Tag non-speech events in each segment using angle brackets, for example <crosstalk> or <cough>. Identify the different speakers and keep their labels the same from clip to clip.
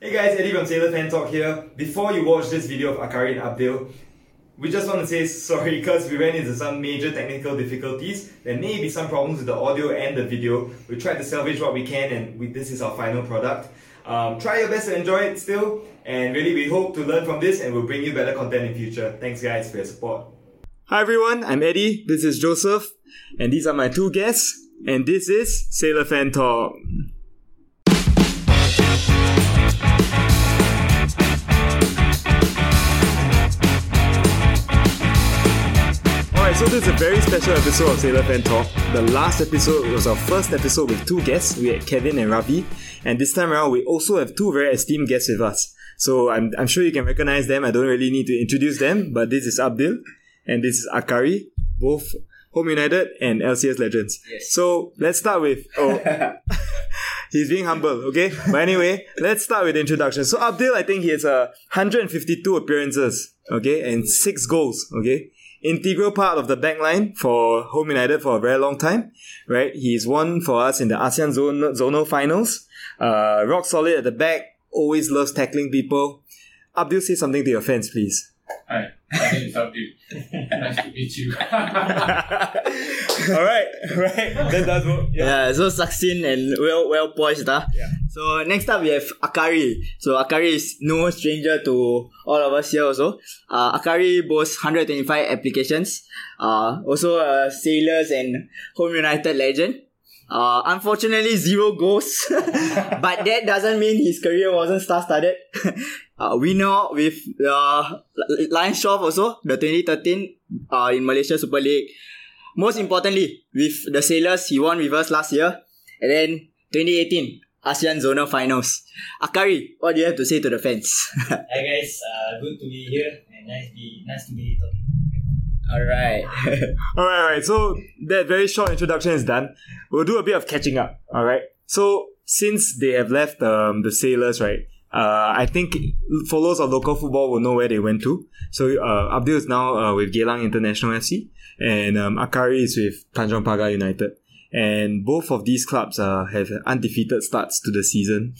Speaker 1: Hey guys, Eddie from Taylor Fan Talk here. Before you watch this video of Akari and Abdul, we just want to say sorry because we ran into some major technical difficulties. There may be some problems with the audio and the video. We tried to salvage what we can, and we, this is our final product. Um, try your best to enjoy it still, and really we hope to learn from this and we'll bring you better content in future. Thanks guys for your support. Hi everyone, I'm Eddie. This is Joseph, and these are my two guests, and this is Sailor Fan Talk. Alright, so this is a very special episode of Sailor Fan Talk. The last episode was our first episode with two guests. We had Kevin and Ravi, and this time around we also have two very esteemed guests with us. So I'm, I'm sure you can recognize them. I don't really need to introduce them, but this is Abdul and this is Akari, both Home United and LCS Legends.
Speaker 2: Yes.
Speaker 1: So let's start with oh, He's being humble, okay? But anyway, let's start with the introduction. So Abdul, I think he has uh, 152 appearances, okay, and six goals, okay? Integral part of the back line for Home United for a very long time, right? He's won for us in the ASEAN zone, zonal finals. Uh, rock solid at the back, always loves tackling people. Abdul, say something to your fans, please.
Speaker 3: Hi, my name is Abdul. <laughs> nice to meet you.
Speaker 1: <laughs>
Speaker 3: <laughs>
Speaker 1: All right, <laughs> right. That does work.
Speaker 2: Yeah, so succinct and well well poised. Ah.
Speaker 1: Yeah.
Speaker 2: So next up we have Akari. So Akari is no stranger to all of us here also. Uh, Akari boasts 125 applications. Uh, also a Sailors and Home United legend. Uh, unfortunately, zero goals. <laughs> but that doesn't mean his career wasn't star-studded. <laughs> uh, we know with uh, Lion Shop also, the 2013 uh, in Malaysia Super League. Most importantly, with the Sailors, he won with us last year. And then 2018, ASEAN Zonal Finals. Akari, what do you have to say to the fans? <laughs>
Speaker 4: Hi guys, uh, good to be here and nice be nice to be talking.
Speaker 2: Alright.
Speaker 1: All right, all right. So that very short introduction is done. We'll do a bit of catching up. All right. So since they have left um, the sailors, right? Uh, I think followers of local football will know where they went to. So uh, Abdul is now uh, with Geylang International FC, and um, Akari is with Tanjong Pagar United. And both of these clubs uh, have undefeated starts to the season.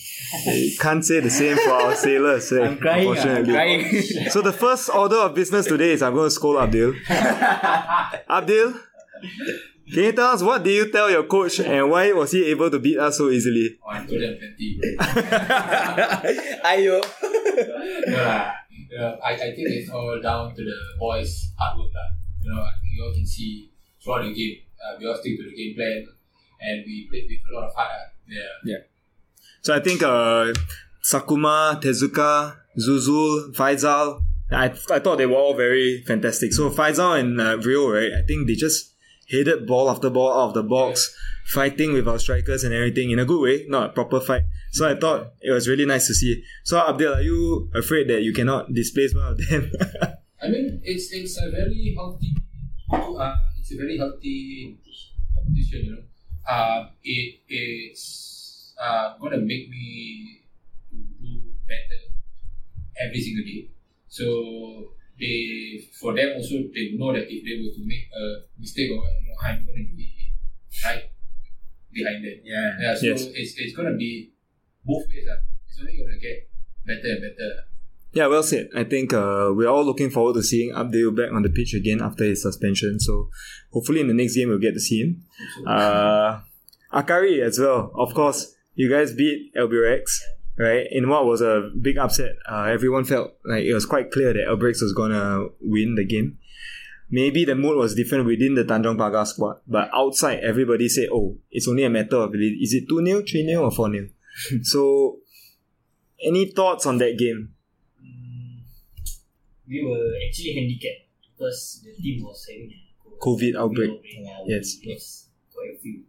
Speaker 1: Uh, Can't say the same for our sailors. eh,
Speaker 2: ah.
Speaker 1: unfortunately. <laughs> So the first order of business today is I'm going to scold Abdul. Abdul, can you tell us what did you tell your coach and why was he able to beat us so easily?
Speaker 3: Oh, I told them plenty, bro.
Speaker 2: <laughs> Ayo.
Speaker 3: No lah. Yeah, I, I think it's all down to the boys' hard work. lah. You know, I think you all can see throughout the game, uh, we all stick to the game plan and we played with a lot of heart. lah. Yeah.
Speaker 1: So I think uh, Sakuma, Tezuka, Zuzul, Faisal, I, I thought they were all very fantastic. So Faisal and uh, Rio, right, I think they just headed ball after ball out of the box, fighting with our strikers and everything in a good way, not a proper fight. So I thought it was really nice to see. So Abdul, are you afraid that you cannot displace one of them? <laughs>
Speaker 3: I mean, it's it's a very healthy, uh, it's a very healthy competition. You know, uh, it it's uh, gonna make me to do better every single day. So they for them also they know that if they were to make a mistake or what, you know, I'm gonna be right behind them.
Speaker 2: Yeah.
Speaker 3: Yeah, so
Speaker 1: Yes.
Speaker 3: it's it's gonna be both ways. Uh. It's only gonna get better and better.
Speaker 1: Yeah, well said. I think uh, we're all looking forward to seeing Abdul back on the pitch again after his suspension. So hopefully in the next game we'll get to see him. Uh, Akari as well, of course. You guys beat LBRX, right? In what was a big upset. Uh, everyone felt like it was quite clear that LBRX was gonna win the game. Maybe the mood was different within the Tanjong Pagar squad, but outside everybody said, "Oh, it's only a matter of is it two 0 three 0 or four 0 <laughs> So, any thoughts on that game?
Speaker 4: Mm, we were actually handicapped because the team was having a
Speaker 1: COVID outbreak.
Speaker 4: Yeah,
Speaker 1: Yes.
Speaker 4: we lost quite a few.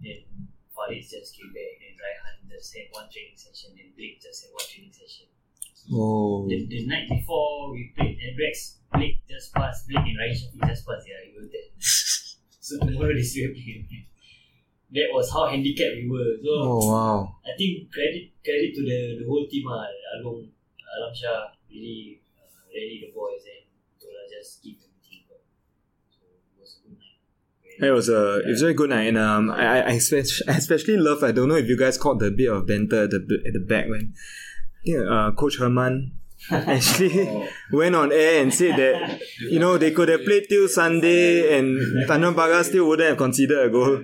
Speaker 4: Then Faris just came back, then Raihan just had one training session, then Blake just had one training session.
Speaker 1: Oh,
Speaker 4: The, the night before we played Ebrex, Blake just passed, Blake and Ryan Shafi just passed their rival test. <laughs> so tomorrow they still play. That was how handicapped we were. So
Speaker 1: oh wow.
Speaker 4: I think credit credit to the, the whole team ah, Along Alam Shah really uh, rally the boys and told us just keep everything going. So it was a good night. Very-
Speaker 1: It was a it was a very good night, and um, <laughs> I I, I, spe- I especially love. I don't know if you guys caught the bit of banter at the b- at the back when think, uh, Coach Herman actually went on air and said that you know they could have played till Sunday and Tanjong Pagar still wouldn't have considered a goal.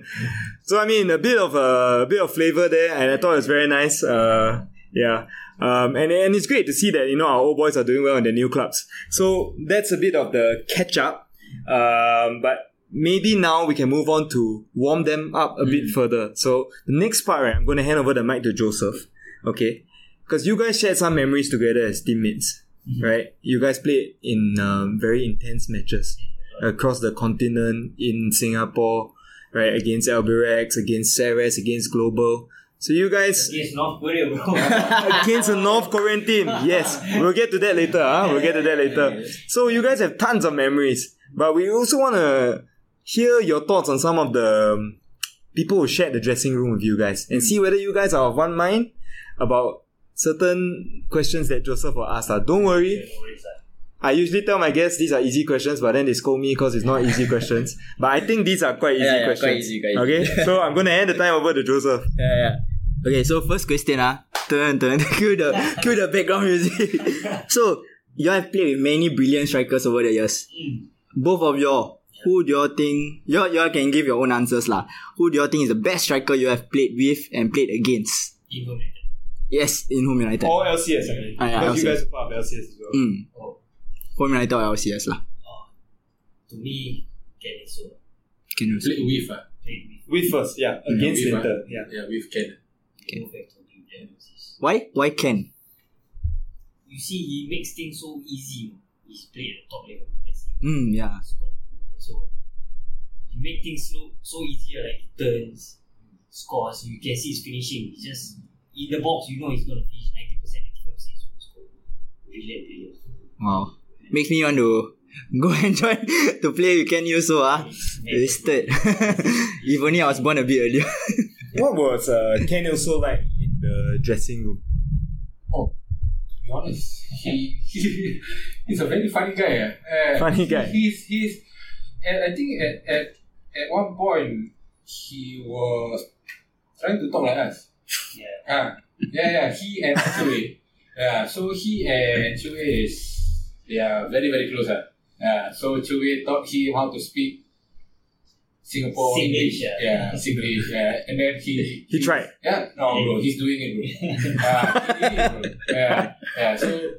Speaker 1: So I mean a bit of uh, a bit of flavor there, and I thought it was very nice. Uh, yeah. Um, and, and it's great to see that you know our old boys are doing well in their new clubs. So that's a bit of the catch up. Um, but maybe now we can move on to warm them up a bit further. So the next part, right, I'm going to hand over the mic to Joseph. Okay, because you guys shared some memories together as teammates, right? You guys played in um, very intense matches across the continent in Singapore, right? Against Albirex, against Ceres, against Global. So you guys
Speaker 4: Against North Korea,
Speaker 1: <laughs>
Speaker 4: bro. <laughs>
Speaker 1: against a North Korean team. Yes, we'll get to that later. Huh? We'll get to that later. So you guys have tons of memories, but we also want to hear your thoughts on some of the um, people who shared the dressing room with you guys and see whether you guys are of one mind about certain questions that Joseph will ask. Uh. Don't worry.
Speaker 4: uh,
Speaker 1: I usually tell my guests these are easy questions, but then they scold me because it's not easy questions. But I think these are quite easy
Speaker 2: Yeah, yeah, quite
Speaker 1: questions.
Speaker 2: easy, quite easy.
Speaker 1: Okay, so I'm gonna hand the time over to Joseph.
Speaker 2: Yeah, yeah. Okay, so first question ah. Turn, turn. <laughs> cue the cue the background music. so you have played with many brilliant strikers over the years. Both of y'all, who do you think you all- you all can give your own answers lah? Who do you think is the best striker you have played with and played against?
Speaker 4: Eagle Man.
Speaker 2: Yes, in Home United.
Speaker 1: Or LCS, actually.
Speaker 2: Ah, yeah,
Speaker 1: because you
Speaker 2: LCS.
Speaker 1: guys are part of LCS as well.
Speaker 2: Mm.
Speaker 4: Oh,
Speaker 2: Home United or LCS lah.
Speaker 4: oh. To me, Kenny So.
Speaker 2: Can you
Speaker 3: Play with ah.
Speaker 4: Played with
Speaker 1: We first, yeah, against
Speaker 3: with,
Speaker 1: Inter,
Speaker 3: ah.
Speaker 1: yeah.
Speaker 3: Yeah, with Ken.
Speaker 2: Okay.
Speaker 4: go back to the analysis.
Speaker 2: Why? Why can?
Speaker 4: You see, he makes things so easy. man. He's played at the top level. That's it.
Speaker 2: Mm, yeah.
Speaker 4: Scored. So, he makes things so, so easy, like he turns, scores. You can see his finishing. He's just in the box, you know he's going to finish 90%, 95%. He's going to score. Brilliant, brilliant.
Speaker 2: Wow. Makes me want to <laughs> go and join <laughs> to play with Ken Yuso ah. Wasted. <laughs> if only I was born a bit earlier.
Speaker 1: <laughs> What was uh, Ken also like in the dressing room?
Speaker 3: Oh, to be honest, he, he <laughs> he's a very funny guy. eh. Eh,
Speaker 1: Funny
Speaker 3: he-
Speaker 1: guy.
Speaker 3: He's he's. And I think at, at at one point he was trying to talk like us.
Speaker 4: Yeah.
Speaker 3: Ah, yeah, yeah. He and Chue. Yeah, so he and Chue is they are very very close. Ah, yeah. So Chue taught him how to speak. Singapore
Speaker 4: Singlish,
Speaker 3: English,
Speaker 4: yeah.
Speaker 3: yeah, Singlish, yeah, and then he
Speaker 1: He tried.
Speaker 3: yeah, no, bro, he's doing it,
Speaker 4: <laughs>
Speaker 3: bro. Uh, he's doing it, bro. Yeah, yeah. So,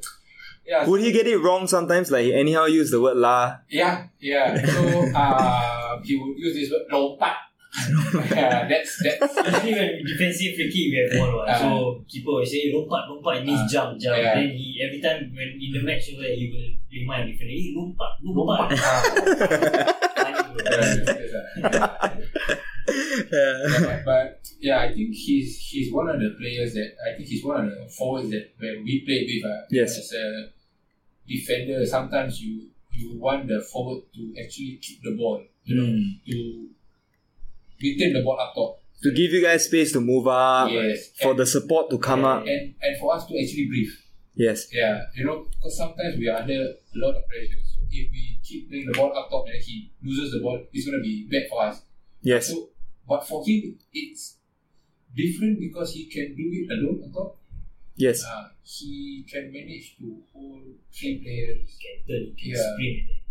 Speaker 3: yeah,
Speaker 1: Would he get it wrong sometimes? Like he anyhow use the word la.
Speaker 3: yeah, yeah. So, uh, he would use this word
Speaker 4: <laughs>
Speaker 3: lompat. yeah, that's that's
Speaker 4: Usually when defensive free kick we have ball what.
Speaker 3: Ah.
Speaker 4: so keeper will say lompat lompat it means
Speaker 3: Ah.
Speaker 4: jump jump
Speaker 3: Yeah.
Speaker 4: then he every time when in the match over there, he will remind different eh lompat
Speaker 3: lompat.
Speaker 4: lompat
Speaker 3: Ah, yeah,
Speaker 4: <laughs> Funny, bro.
Speaker 3: that's- that's- yeah, but yeah, I think he's he's one of the players that I think he's one of the forwards that when we played with uh,
Speaker 1: Yes.
Speaker 3: as a defender, sometimes you you want the forward to actually keep the ball, you know, to retain the ball up top.
Speaker 1: Mm. To give you guys space to move up,
Speaker 3: Yes.
Speaker 1: for the support to come up.
Speaker 3: and and for us to actually breathe.
Speaker 1: Yes.
Speaker 3: Yeah, you know, because sometimes we are under a lot of pressure. So if we keep playing the ball up top and he loses the ball, it's gonna be bad for us.
Speaker 1: Yes.
Speaker 3: So, but for him, it's different because he can do it alone on top.
Speaker 1: Yes.
Speaker 3: Uh, he can manage to hold three players.
Speaker 4: can turn he can
Speaker 3: Yeah.
Speaker 4: sprint and then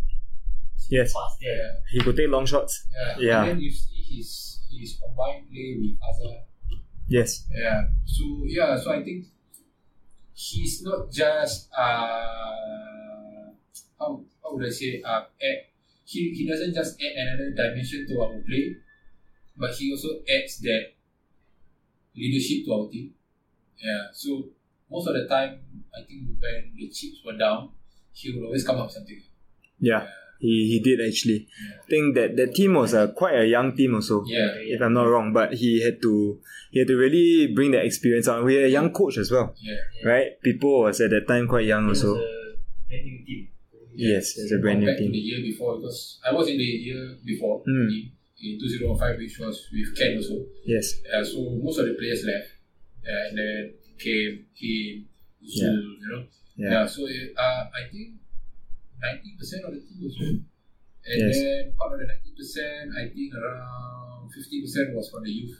Speaker 1: Yes.
Speaker 4: pass there
Speaker 3: Yeah,
Speaker 1: He could take long shots.
Speaker 3: yeah.
Speaker 1: Yeah.
Speaker 3: And then you see his his combined play with Azhar.
Speaker 1: Yes.
Speaker 3: Yeah. So yeah. So I think he's not just uh how how would I say uh add, he he doesn't just add another dimension to our play, but he also adds that leadership to our team. Yeah. So most of the time, I think when the chips were down, he would always come up with something.
Speaker 1: Yeah. He he did actually.
Speaker 3: Yeah.
Speaker 1: I think that that team was a quite a young team also.
Speaker 3: Yeah.
Speaker 1: If I'm not wrong, but he had to he had to really bring that experience out. We had a young coach as well,
Speaker 3: Yeah.
Speaker 1: right? People was at that time quite young
Speaker 4: It was
Speaker 1: also.
Speaker 4: a brand new team
Speaker 1: Yes, it's a brand new
Speaker 3: Back to the
Speaker 1: team.
Speaker 3: year before because I was in the year before
Speaker 1: Mm.
Speaker 3: in, in 2005 which was with Ken also.
Speaker 1: Yes.
Speaker 3: Yeah, so most of the players left, yeah, and then came him, Zul,
Speaker 1: Yeah.
Speaker 3: you know.
Speaker 1: Yeah.
Speaker 3: Yeah. so uh, I think ninety percent of the team was Zul, and
Speaker 1: Yes.
Speaker 3: then part of the ninety percent, I think around fifty percent Uh, was from the youth.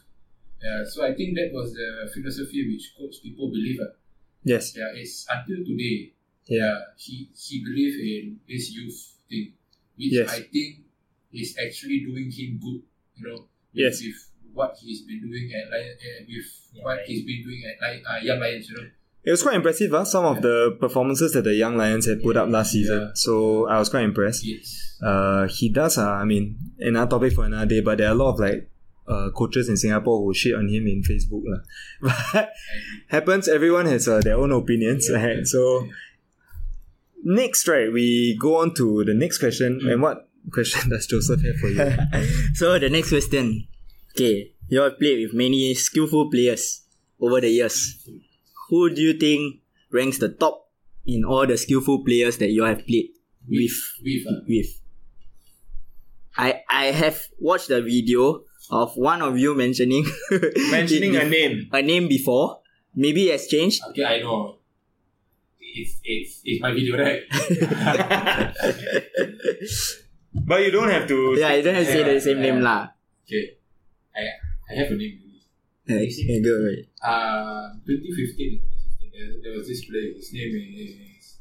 Speaker 3: Yeah, so I think that was the philosophy which coach people believe. ah.
Speaker 1: Yes.
Speaker 3: Yeah, it's until today.
Speaker 1: Yeah.
Speaker 3: uh, he he believed in this youth thing, which
Speaker 1: Yes.
Speaker 3: I think is actually doing him good. You know,
Speaker 1: Yes.
Speaker 3: with what he's been doing at Lion, uh, with
Speaker 4: Yeah,
Speaker 3: what
Speaker 4: right.
Speaker 3: he's been doing at Lion, uh, Young Lions. You know,
Speaker 1: It was quite impressive, huh? Some of
Speaker 3: Yeah.
Speaker 1: the performances that the Young Lions had put up last season.
Speaker 3: Yeah.
Speaker 1: So I was quite impressed.
Speaker 3: yes,
Speaker 1: uh, he does. Uh, I mean, another topic for another day, but there are a lot of like uh, coaches in Singapore who shit on him in Facebook. lah. <laughs> But happens, everyone has uh, their own opinions.
Speaker 4: Yeah.
Speaker 1: right? So, next, right, we go on to the next question. And what question <laughs> does Joseph have for you?
Speaker 2: So the next question. Okay, you all played with many skillful players over the years. Who do you think ranks the top in all the skillful players that you all have played with?
Speaker 3: with uh,
Speaker 2: With I I have watched the video of one of you mentioning <laughs>
Speaker 1: Mentioning a name.
Speaker 2: a name before. Maybe it has changed.
Speaker 3: okay, I know. It's it's it's my
Speaker 1: <laughs>
Speaker 3: video, right?
Speaker 1: But you don't have to.
Speaker 2: Yeah, you don't have to say the same name
Speaker 3: Yeah.
Speaker 2: lah.
Speaker 3: okay, I I have a name.
Speaker 2: Yeah, yeah, go ahead.
Speaker 3: Uh, 2015, 2016, there, there was this player. His name is.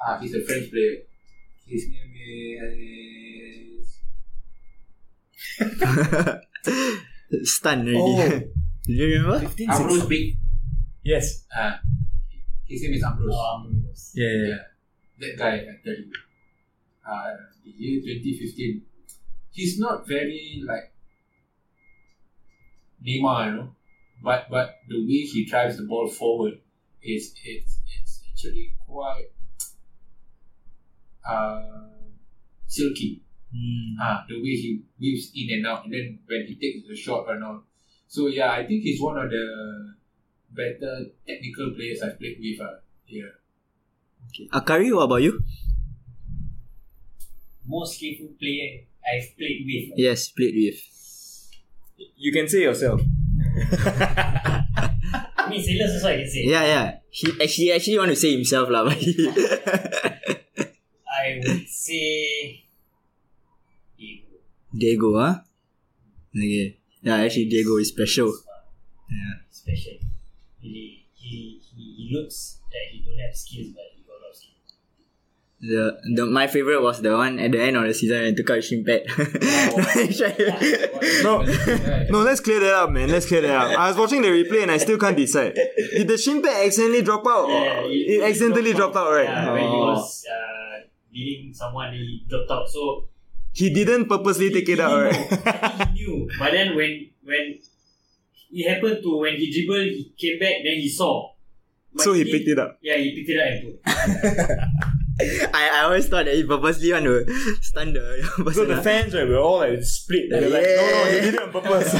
Speaker 3: Ah, he's a French player. His name is.
Speaker 1: Oh.
Speaker 2: Stun already. <laughs> Do you remember?
Speaker 3: Ambrose Big.
Speaker 1: Yes.
Speaker 3: Ah, his name is Ambrose.
Speaker 4: Um,
Speaker 1: Yeah, yeah, yeah.
Speaker 3: Yeah. That guy, I tell you. Uh, the year 2015. He's not very like Neymar, you know, but but the way he drives the ball forward is it's it's actually quite uh, silky. Ah, the way he weaves in and out, and then when he takes the shot and all. So yeah, I think he's one of the better technical players I've played with. Uh, yeah.
Speaker 2: Akari, what about you?
Speaker 4: most skillful player I've played with.
Speaker 2: Yes, played with.
Speaker 1: You can say yourself.
Speaker 4: I mean, sailors also I can say.
Speaker 2: Yeah, yeah. He actually actually want to say himself lah, <laughs> but he-
Speaker 4: I would say Diego.
Speaker 2: Diego, huh? Okay. Yeah, actually Diego is special.
Speaker 4: Yeah. Special. Really, he, he, he looks that he don't have skills, but he got a lot of skills.
Speaker 2: The, the my favorite was the one at the end of the season and took out his shin pad. <laughs>
Speaker 1: No.
Speaker 3: Yeah.
Speaker 1: <laughs> No, let's clear that up, man. Let's clear that up. I was watching the replay and I still can't decide. Did the shin pad accidentally drop out? Or
Speaker 4: Yeah, he-
Speaker 1: it Oh, accidentally
Speaker 4: he
Speaker 1: dropped out, right?
Speaker 4: Yeah, when he
Speaker 1: Oh.
Speaker 4: was uh, leading someone, then he dropped out. So
Speaker 1: He didn't purposely take it
Speaker 4: he
Speaker 1: out,
Speaker 4: knew.
Speaker 1: right? <laughs>
Speaker 4: I think he knew. But then when when it happened to when he dribbled, he came back. Then he saw. My
Speaker 1: so he
Speaker 4: team-
Speaker 1: picked it up.
Speaker 4: Yeah, he picked it up and put.
Speaker 2: I, I always thought that he purposely want to stun the person. lah.
Speaker 1: fans, right, were all like split.
Speaker 2: They were like, "No, no, he did
Speaker 1: it on purpose.
Speaker 4: I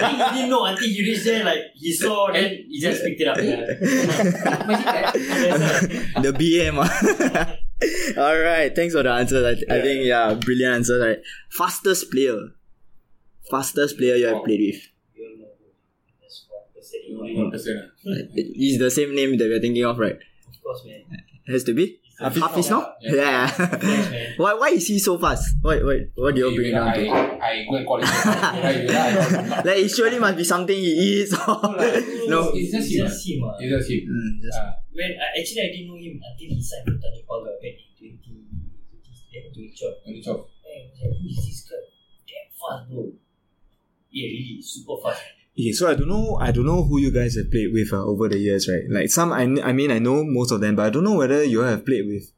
Speaker 4: think he didn't know until he reached there. Like he saw,
Speaker 3: Eh?
Speaker 4: then he just picked it up. Yeah.
Speaker 3: Imagine that.
Speaker 2: <laughs> the BM. <laughs> All right, thanks for the answers. I, I
Speaker 1: Yeah.
Speaker 2: think yeah, brilliant answers. Right, fastest player, fastest player you have played with.
Speaker 3: Only
Speaker 2: Hmm.
Speaker 3: one person, ah.
Speaker 2: Is the same name that we're thinking of, right?
Speaker 4: Of course, man.
Speaker 2: Has to be
Speaker 1: Hafiz
Speaker 2: Hafiz, no? Yeah. <laughs>
Speaker 4: Yes, man.
Speaker 2: why? Why is he so fast? What? What? What do you
Speaker 3: Okay,
Speaker 2: bring
Speaker 1: <laughs>
Speaker 3: wait,
Speaker 2: down
Speaker 3: I,
Speaker 2: to?
Speaker 3: I go and
Speaker 2: <laughs>
Speaker 3: call him. Right, wait, I-
Speaker 2: Like it surely must be something he is. Or, no.
Speaker 3: It's just him.
Speaker 4: Just him. ah.
Speaker 3: It's just him.
Speaker 2: Mm, just-
Speaker 3: Ah,
Speaker 4: When I actually I didn't know him until he signed with Tanjung Pagar back in 20, 20, 2012.
Speaker 3: only twelve.
Speaker 4: Hey, who is this guy? Damn fast, bro. Yeah, really, super fast.
Speaker 1: <laughs> Okay, so I don't know. I don't know who you guys have played with uh, over the years, right? Like some, I, kn- I mean, I know most of them, <laughs> but I don't know whether you all have played with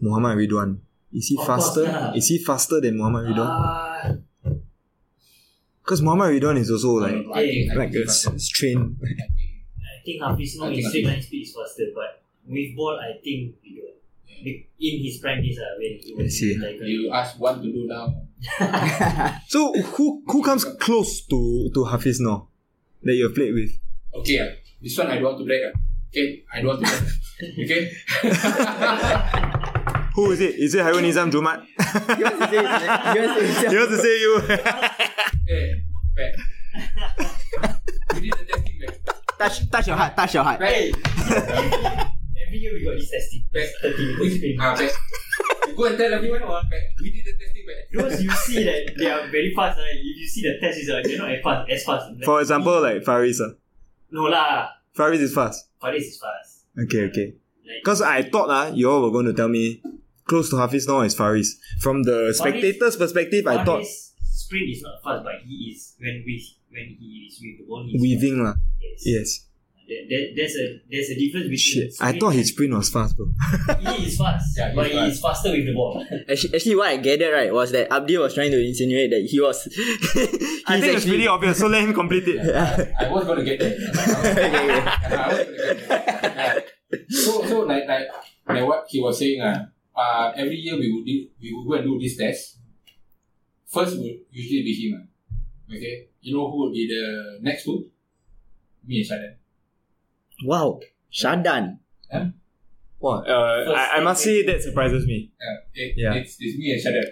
Speaker 1: Muhammad Ridwan. Is he
Speaker 4: Of course,
Speaker 1: faster?
Speaker 4: yeah.
Speaker 1: Is he faster than Muhammad Ridwan?
Speaker 4: Ah,
Speaker 1: Because Muhammad Ridwan is also
Speaker 3: I
Speaker 1: like
Speaker 3: don't know, I think- I
Speaker 1: like a
Speaker 3: think
Speaker 1: s-
Speaker 3: faster.
Speaker 1: s- train.
Speaker 3: I think-
Speaker 4: I think Hafiz now
Speaker 3: I
Speaker 4: his
Speaker 3: think
Speaker 4: straight
Speaker 3: Hafiz.
Speaker 4: line speed is faster, but with ball, I think we don't. Be- In his prime days, uh, when he
Speaker 1: I
Speaker 4: was
Speaker 1: see.
Speaker 4: like,
Speaker 3: You ask what to do now.
Speaker 1: So who who comes close to to Hafiz now that you have played with?
Speaker 3: Okay, ah, this one I don't want to break. ah. Okay, I don't want to break. <laughs> Okay?
Speaker 1: Who is it? Is it Harun Nizam Jumat? <laughs>
Speaker 2: You want to say his name? You want to say his
Speaker 1: he
Speaker 2: name?
Speaker 1: wants to say <laughs> you.
Speaker 3: Eh, back. We did the testing back.
Speaker 2: touch, touch your heart. Touch your heart.
Speaker 3: Back.
Speaker 4: <laughs> every year we got this testing.
Speaker 3: Back.
Speaker 4: This 30 minutes thing.
Speaker 3: Ah, back. You go and tell everyone ah, back. We did the testing back.
Speaker 4: Those you see that uh, they are very fast, right? If you see the test, it's like they're not as fast. As fast.
Speaker 1: For example, like Faris. ah.
Speaker 4: No lah,
Speaker 1: Faris is fast.
Speaker 4: Faris is fast.
Speaker 1: Okay, okay.
Speaker 4: Like,
Speaker 1: Because I thought ah, you all were going to tell me close to Hafiz now is Faris. From the spectator's perspective, I thought
Speaker 4: Faris sprint is not fast, but he is when with when he is with the ball. He's
Speaker 1: weaving lah.
Speaker 4: Yes.
Speaker 1: Yes.
Speaker 4: That, that, there's a there's a difference between.
Speaker 1: Shit. I
Speaker 4: sprint
Speaker 1: thought his sprint was fast, bro.
Speaker 4: He is fast,
Speaker 3: Yeah, he
Speaker 4: but
Speaker 3: is
Speaker 4: he is faster with the ball. <laughs>
Speaker 2: Actually, actually, what I gathered right was that Abdi was trying to insinuate that he was.
Speaker 1: <laughs>
Speaker 2: <laughs>
Speaker 1: I
Speaker 2: he's
Speaker 1: think it's pretty obvious, so let him complete it. <laughs>
Speaker 3: I, I was going to get there. I was going to get there. Yeah. So, so like, like, like what he was saying, uh, uh, every year we would, do, we would go and do this test. First would usually be him. Uh. Okay? You know who would be the next two? Me and Shannon.
Speaker 2: Wow, Shadan.
Speaker 1: Wow, uh, I, I must say that surprises me.
Speaker 3: Uh, it,
Speaker 1: Yeah.
Speaker 3: It's, it's me and Shannon.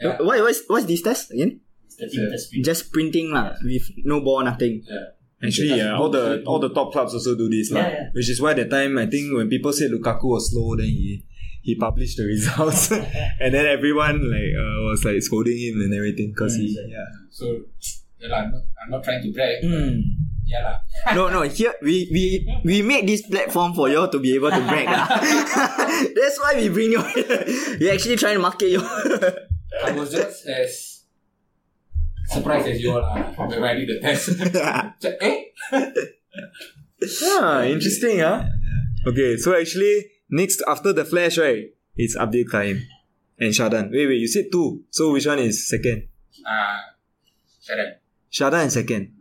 Speaker 3: Yeah.
Speaker 2: What what's what's this test again?
Speaker 4: It's the team that sprint.
Speaker 2: Just printing lah with no ball, nothing.
Speaker 1: Actually, yeah, all the all the top clubs also do this, lah.
Speaker 4: Yeah, yeah.
Speaker 1: Which is why that time I think when people said Lukaku was slow, then he he published the <laughs>
Speaker 4: <laughs>
Speaker 1: results, and then everyone like uh, was like scolding him and everything because he yeah.
Speaker 3: So, yeah, lah, I'm, not, I'm not trying to brag.
Speaker 2: Hmm.
Speaker 3: Yeah, lah.
Speaker 2: No, no. Here we we we made this platform for you all to be able to brag. lah. <laughs> That's why we bring you. here. we actually trying to market you. <laughs>
Speaker 3: I was just as surprised as you all are when I did the test. Check, eh?
Speaker 1: Ah, interesting, huh? Okay, so actually, next after the Flash, right? It's Abdul Karim and Shadan. Wait, wait, you said two. So which one is second?
Speaker 3: Uh, Shannon.
Speaker 1: Shadan is second.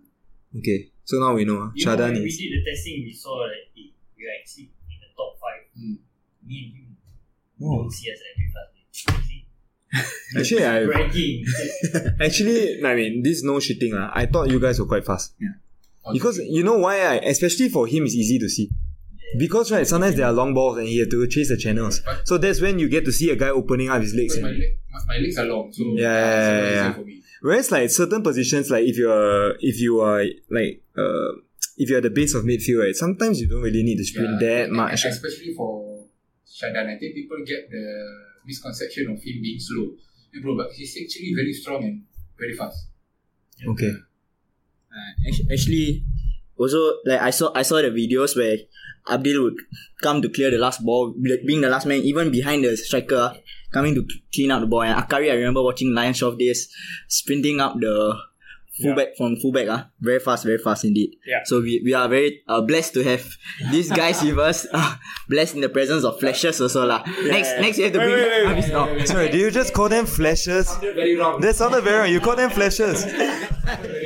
Speaker 1: Okay, so now we know. ah.
Speaker 4: You know,
Speaker 1: Shadan
Speaker 4: when we
Speaker 1: is
Speaker 4: did the testing, we saw that eh, we are actually in the top five.
Speaker 3: Hmm.
Speaker 4: Me and you
Speaker 1: Oh.
Speaker 4: don't see us every class. See,
Speaker 1: actually I
Speaker 4: bragging.
Speaker 1: Actually, I mean, this no shitting. ah. I thought you guys were quite fast.
Speaker 3: Oh,
Speaker 1: Because you know why? I, especially for him, it's easy to see. Because, right, sometimes there are long balls and he had to chase the channels. So that's when you get to see a guy opening up his legs.
Speaker 3: Because my, leg, my, my legs are long, so
Speaker 1: Yeah, yeah,
Speaker 3: it's
Speaker 1: yeah,
Speaker 3: very easy
Speaker 1: yeah.
Speaker 3: for me.
Speaker 1: Whereas, like, certain positions, like if you're, if you are, like, uh, if you're at the base of midfield, right, sometimes you don't really need to sprint
Speaker 3: Yeah.
Speaker 1: that
Speaker 3: And-
Speaker 1: much.
Speaker 3: and Especially for Shadan, I think people get the misconception of him being slow. Hey, bro, but he's actually very strong and very fast.
Speaker 1: Okay.
Speaker 2: Actu- Actually, also like I saw I saw the videos where Abdul would come to clear the last ball, be- being the last man, even behind the striker, coming to clean up the ball. And Akari, I remember watching Lions of days, sprinting up the fullback from fullback. Ah, very fast, very fast indeed.
Speaker 1: Yeah.
Speaker 2: So we, we are very uh, blessed to have these guys with us. <laughs> Ah, blessed in the presence of flashes also lah. next next we have to
Speaker 1: Wait,
Speaker 2: bring
Speaker 1: wait, wait,
Speaker 2: Hafiz now.
Speaker 1: Sorry, do you just call them flashes?
Speaker 3: Very wrong.
Speaker 1: That sounded very wrong. You call them flashes.
Speaker 3: very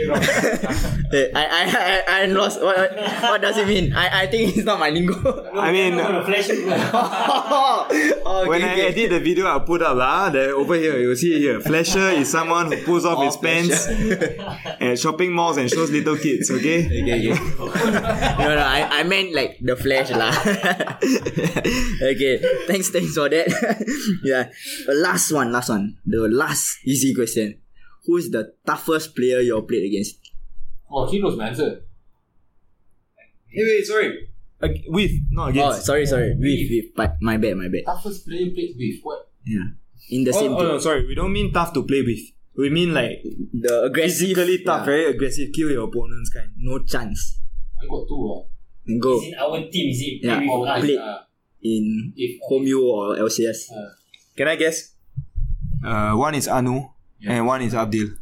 Speaker 3: wrong.
Speaker 2: Eh, I, I I I I'm lost. What, what, what does it mean? I I think it's not my lingo.
Speaker 1: <laughs> I mean,
Speaker 4: I'm gonna flash
Speaker 2: <laughs>
Speaker 4: you.
Speaker 2: Oh, Okay,
Speaker 1: When I
Speaker 2: okay.
Speaker 1: edit the video, I'll put up lah. There over here, you'll see it here. Flasher is someone who pulls off
Speaker 2: Oh,
Speaker 1: his pants at shopping malls and shows little kids. Okay.
Speaker 2: Okay, okay. no, no, I, I meant like the flash lah. <laughs> okay, thanks, thanks for that. <laughs> yeah, the last one, last one, the last easy question. Who is the toughest player you all played against?
Speaker 3: Oh, he knows my answer.
Speaker 1: Hey, wait, sorry. Ag- Uh, with not
Speaker 2: Oh,
Speaker 1: against.
Speaker 2: sorry, sorry, with, with, but my bad, my bad.
Speaker 3: Toughest player played with what?
Speaker 2: Yeah, in the
Speaker 1: Oh,
Speaker 2: same
Speaker 1: oh,
Speaker 2: team,
Speaker 1: no, sorry. We don't mean tough to play with. We mean like
Speaker 2: the aggressive,
Speaker 1: physically tough,
Speaker 2: yeah,
Speaker 1: very aggressive, kill your opponents kind.
Speaker 2: no chance.
Speaker 3: I got two. ah.
Speaker 2: Go
Speaker 4: Is it our team? Is it
Speaker 2: Yeah.
Speaker 3: Uh,
Speaker 4: play with
Speaker 3: or
Speaker 1: Ah,
Speaker 4: us?
Speaker 2: Play.
Speaker 3: Uh,
Speaker 2: in
Speaker 3: if
Speaker 2: home U or LCS.
Speaker 3: uh,
Speaker 1: Can I guess? Uh, one is Anu
Speaker 3: Yeah.
Speaker 1: and one is Abdul.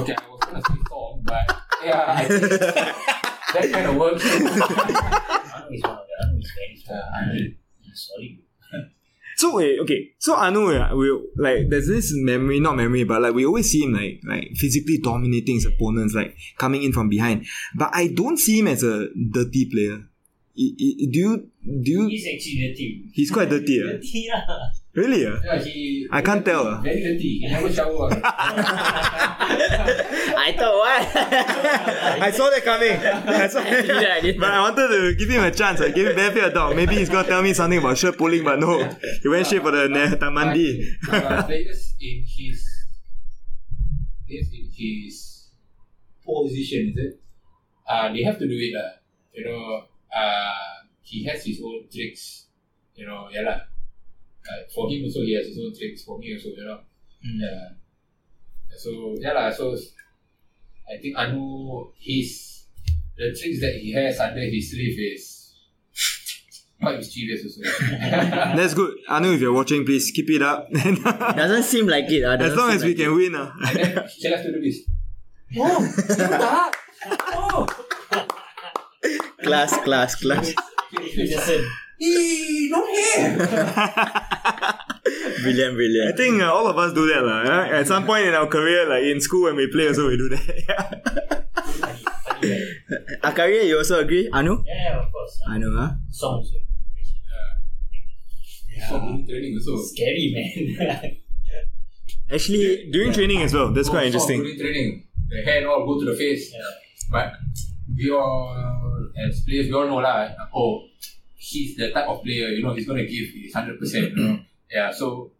Speaker 3: Okay, I was gonna say song, but yeah,
Speaker 1: <laughs>
Speaker 3: I think that kind of works. too. <laughs>
Speaker 4: Anu is one of the Anu is very strong.
Speaker 3: Uh, I mean,
Speaker 4: Sorry.
Speaker 1: So wait, okay. So Anu, eh, we like there's this memory, not memory, but like we always see him like like physically dominating his opponents, like coming in from behind. But I don't see him as a dirty player. I- I- do you? Do you?
Speaker 4: He's actually the team.
Speaker 1: He's quite dirty, ah.
Speaker 4: Dirty lah.
Speaker 1: Really? ah?
Speaker 3: yeah, he.
Speaker 1: I can't tell, ah.
Speaker 3: Very dirty. He never shower. ah.
Speaker 2: I thought what? <laughs>
Speaker 1: I saw that <laughs> coming. I saw
Speaker 2: Yeah, I
Speaker 1: <laughs>
Speaker 2: did.
Speaker 1: But I wanted to give him a chance. I gave him benefit of doubt. Maybe he's gonna tell me something about shirt pulling, but no, he went straight for the ne- tamandi.
Speaker 3: uh, players in his players in his position, is it? Uh, they have to do it, lah. You know, uh, he has his own tricks. You know, yeah, lah. Like for him also, he has his own tricks. For me also, you know. Yeah. So yeah lah. So I think Anu, his the tricks that he has under his sleeve is <laughs> quite mischievous also. <laughs>
Speaker 1: That's good. Anu, if you're watching, please keep it up. <laughs>
Speaker 2: Doesn't seem like it. Uh,
Speaker 1: as long as we can win. ah.
Speaker 3: and then she likes to do this.
Speaker 2: Class, class, class.
Speaker 4: Jason.
Speaker 3: Hey, no hair!
Speaker 2: brilliant,
Speaker 1: I
Speaker 2: brilliant.
Speaker 1: think uh, all of us do that. lah. eh? At some point in our career, like in school when we play, also we do that. <laughs> Yeah.
Speaker 4: Funny, funny guy.
Speaker 2: Akari, you also agree? Anu?
Speaker 4: Yeah, of course.
Speaker 2: Anu, ah. huh?
Speaker 4: Song also.
Speaker 3: So good training also.
Speaker 4: Scary, man. <laughs>
Speaker 2: Actually,
Speaker 1: During training as well. That's quite
Speaker 3: So
Speaker 1: interesting.
Speaker 3: good training. The hair and all go to the face.
Speaker 4: Yeah.
Speaker 3: But we all, as players, we all know lah. Oh, he's the type of player, you know, he's going to give his 100%. you know. Yeah, so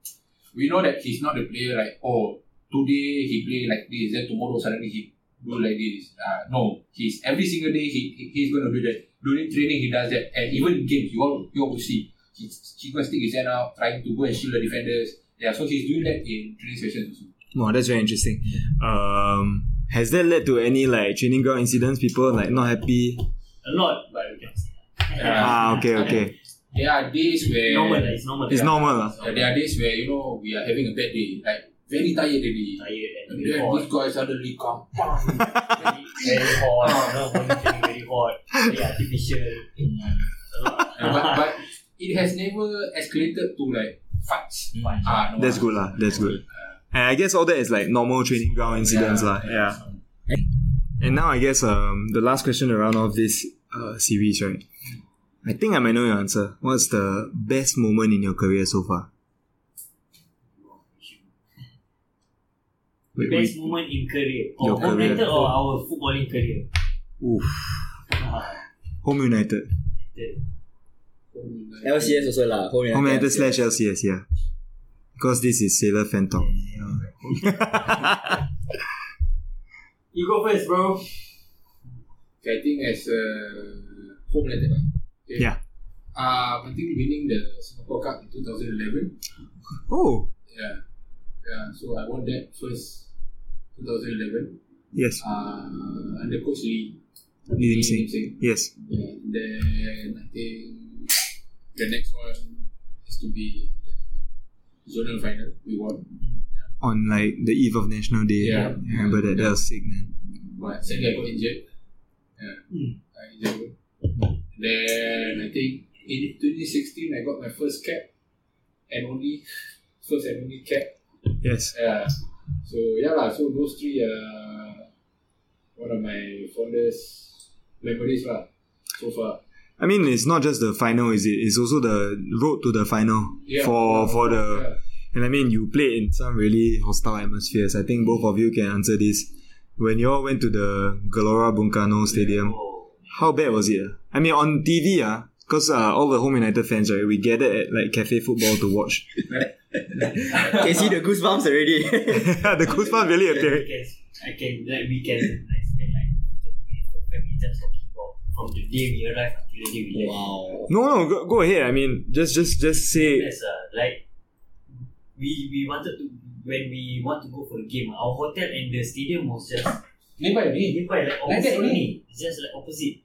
Speaker 3: we know that he's not the player like, oh, today he play like this, then tomorrow suddenly he do like this. Uh, no, he's every single day he, he- he's going to do that. During training, he does that. And even in games, you all, you all will see. He's, he's going to stick his hand out, trying to go and shield the defenders. Yeah, so he's doing that in training sessions also.
Speaker 1: Wow, that's very interesting. Um, has that led to any like training ground incidents? People like not happy?
Speaker 4: A lot, but we can't say
Speaker 3: Yeah.
Speaker 1: Ah, okay, okay.
Speaker 3: There are days where
Speaker 4: Normal, lah, it's normal.
Speaker 1: It's
Speaker 4: Yeah.
Speaker 1: normal. lah.
Speaker 3: Uh, there are days where you know we are having a bad day, like very tired already.
Speaker 4: Tired and
Speaker 3: And
Speaker 4: very
Speaker 3: then this
Speaker 4: hot.
Speaker 3: guy suddenly come.
Speaker 4: Very, very <laughs> hot. You know, body feeling very hot. Very artificial. A lot.
Speaker 3: Uh, but, but it has never escalated to like fights.
Speaker 4: Fine.
Speaker 3: Ah, no. Ah.
Speaker 1: That's good lah. That's good. And I guess all that is like normal training ground incidents lah. Yeah. And now I guess um the last question around of this uh, series, right? I think I might know your answer. What's the best moment in your career so far? Wait, wait.
Speaker 4: Best moment in career.
Speaker 1: Your
Speaker 4: Or home
Speaker 1: career.
Speaker 4: rental or our footballing career.
Speaker 1: Oof.
Speaker 4: Ah,
Speaker 1: <sighs> Home United.
Speaker 4: the-
Speaker 2: LCS also lah. Home United.
Speaker 1: Home United slash LCS, yeah. Because this is Sailor Phantom.
Speaker 4: You go first, bro.
Speaker 3: I think as a home letter. Okay.
Speaker 1: Yeah.
Speaker 3: Uh, I think winning the Singapore Cup in 2011.
Speaker 1: Oh,
Speaker 3: Yeah. Yeah. So I won that first 2011.
Speaker 1: yes.
Speaker 3: Uh, under Coach Lee.
Speaker 1: Lee Lim
Speaker 3: Lim
Speaker 1: Sing.
Speaker 3: Sing.
Speaker 1: Yes.
Speaker 3: Yeah, and then I think the next one has to be the zonal final. We won,
Speaker 1: On like the eve of National Day.
Speaker 3: Yeah.
Speaker 1: I remember that. That was sick, man.
Speaker 3: but sadly I got injured. Yeah,
Speaker 4: Hmm.
Speaker 3: I injured. Then I think in 2016 I got my first cap and only first and only cap.
Speaker 1: Yes.
Speaker 3: Yeah. So yeah lah. So those three are one of my fondest memories lah so far.
Speaker 1: I mean, it's not just the final, is it? It's also the road to the final
Speaker 3: Yeah.
Speaker 1: for for the.
Speaker 3: Yeah.
Speaker 1: And I mean, you played in some really hostile atmospheres. I think both of you can answer this. When you all went to the Galora Buncano Stadium,
Speaker 4: Oh,
Speaker 1: how bad was it? ah? I mean, on TV, ah, because uh, all the Home United fans, right, we gathered at like Cafe Football to watch. <laughs>
Speaker 2: Can see the goosebumps already.
Speaker 1: the goosebumps really
Speaker 4: we
Speaker 1: appeared.
Speaker 4: can, I can, like, we can like, spend like 30 minutes for family just talking about from the day we arrived until the day we left.
Speaker 2: wow.
Speaker 1: No, no, go, go ahead. I mean, just, just, just say.
Speaker 4: That's uh, like, we, we wanted to, when we want to go for the game, our hotel and the stadium was just
Speaker 3: Nearby me.
Speaker 4: nearby, like
Speaker 3: Like that
Speaker 4: opposite
Speaker 3: only.
Speaker 4: only. It's just like opposite.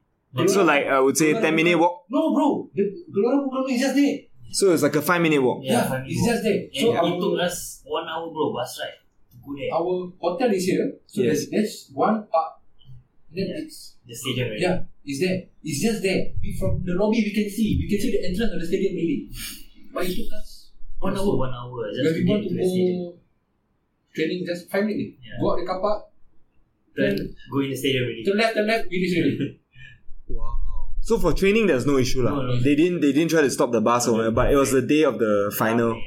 Speaker 1: So, like, I would say
Speaker 3: No, no,
Speaker 1: ten minute walk.
Speaker 3: No, bro. The Gelora Bukalo is just there.
Speaker 1: So it's like a five minute walk.
Speaker 4: Yeah,
Speaker 3: Yeah,
Speaker 4: five
Speaker 3: it's
Speaker 4: minutes.
Speaker 3: just there.
Speaker 4: And
Speaker 3: So
Speaker 4: it took
Speaker 3: our,
Speaker 4: us one hour, bro, bus ride to go there.
Speaker 3: our hotel is here. So
Speaker 1: Yes.
Speaker 3: there's, there's one part. Then
Speaker 4: Yeah.
Speaker 3: it's
Speaker 4: The stadium, right?
Speaker 3: yeah, it's there. It's just there. We, from the lobby we can see. We can see the entrance of the stadium really. But it took us one
Speaker 4: Just
Speaker 3: hour.
Speaker 4: One hour. Just
Speaker 3: When
Speaker 4: to
Speaker 3: we want
Speaker 4: get
Speaker 3: to
Speaker 4: to the stadium.
Speaker 3: go training just five minutes.
Speaker 4: Yeah.
Speaker 3: Go out the car park,
Speaker 4: Then go in the stadium already.
Speaker 3: turn left, turn left, we reach
Speaker 4: <laughs>
Speaker 3: already.
Speaker 1: Wow. So for training, there's no issue lah.
Speaker 4: No, no.
Speaker 1: They didn't, they didn't try to stop the bus or whatever. But it was the day of the final,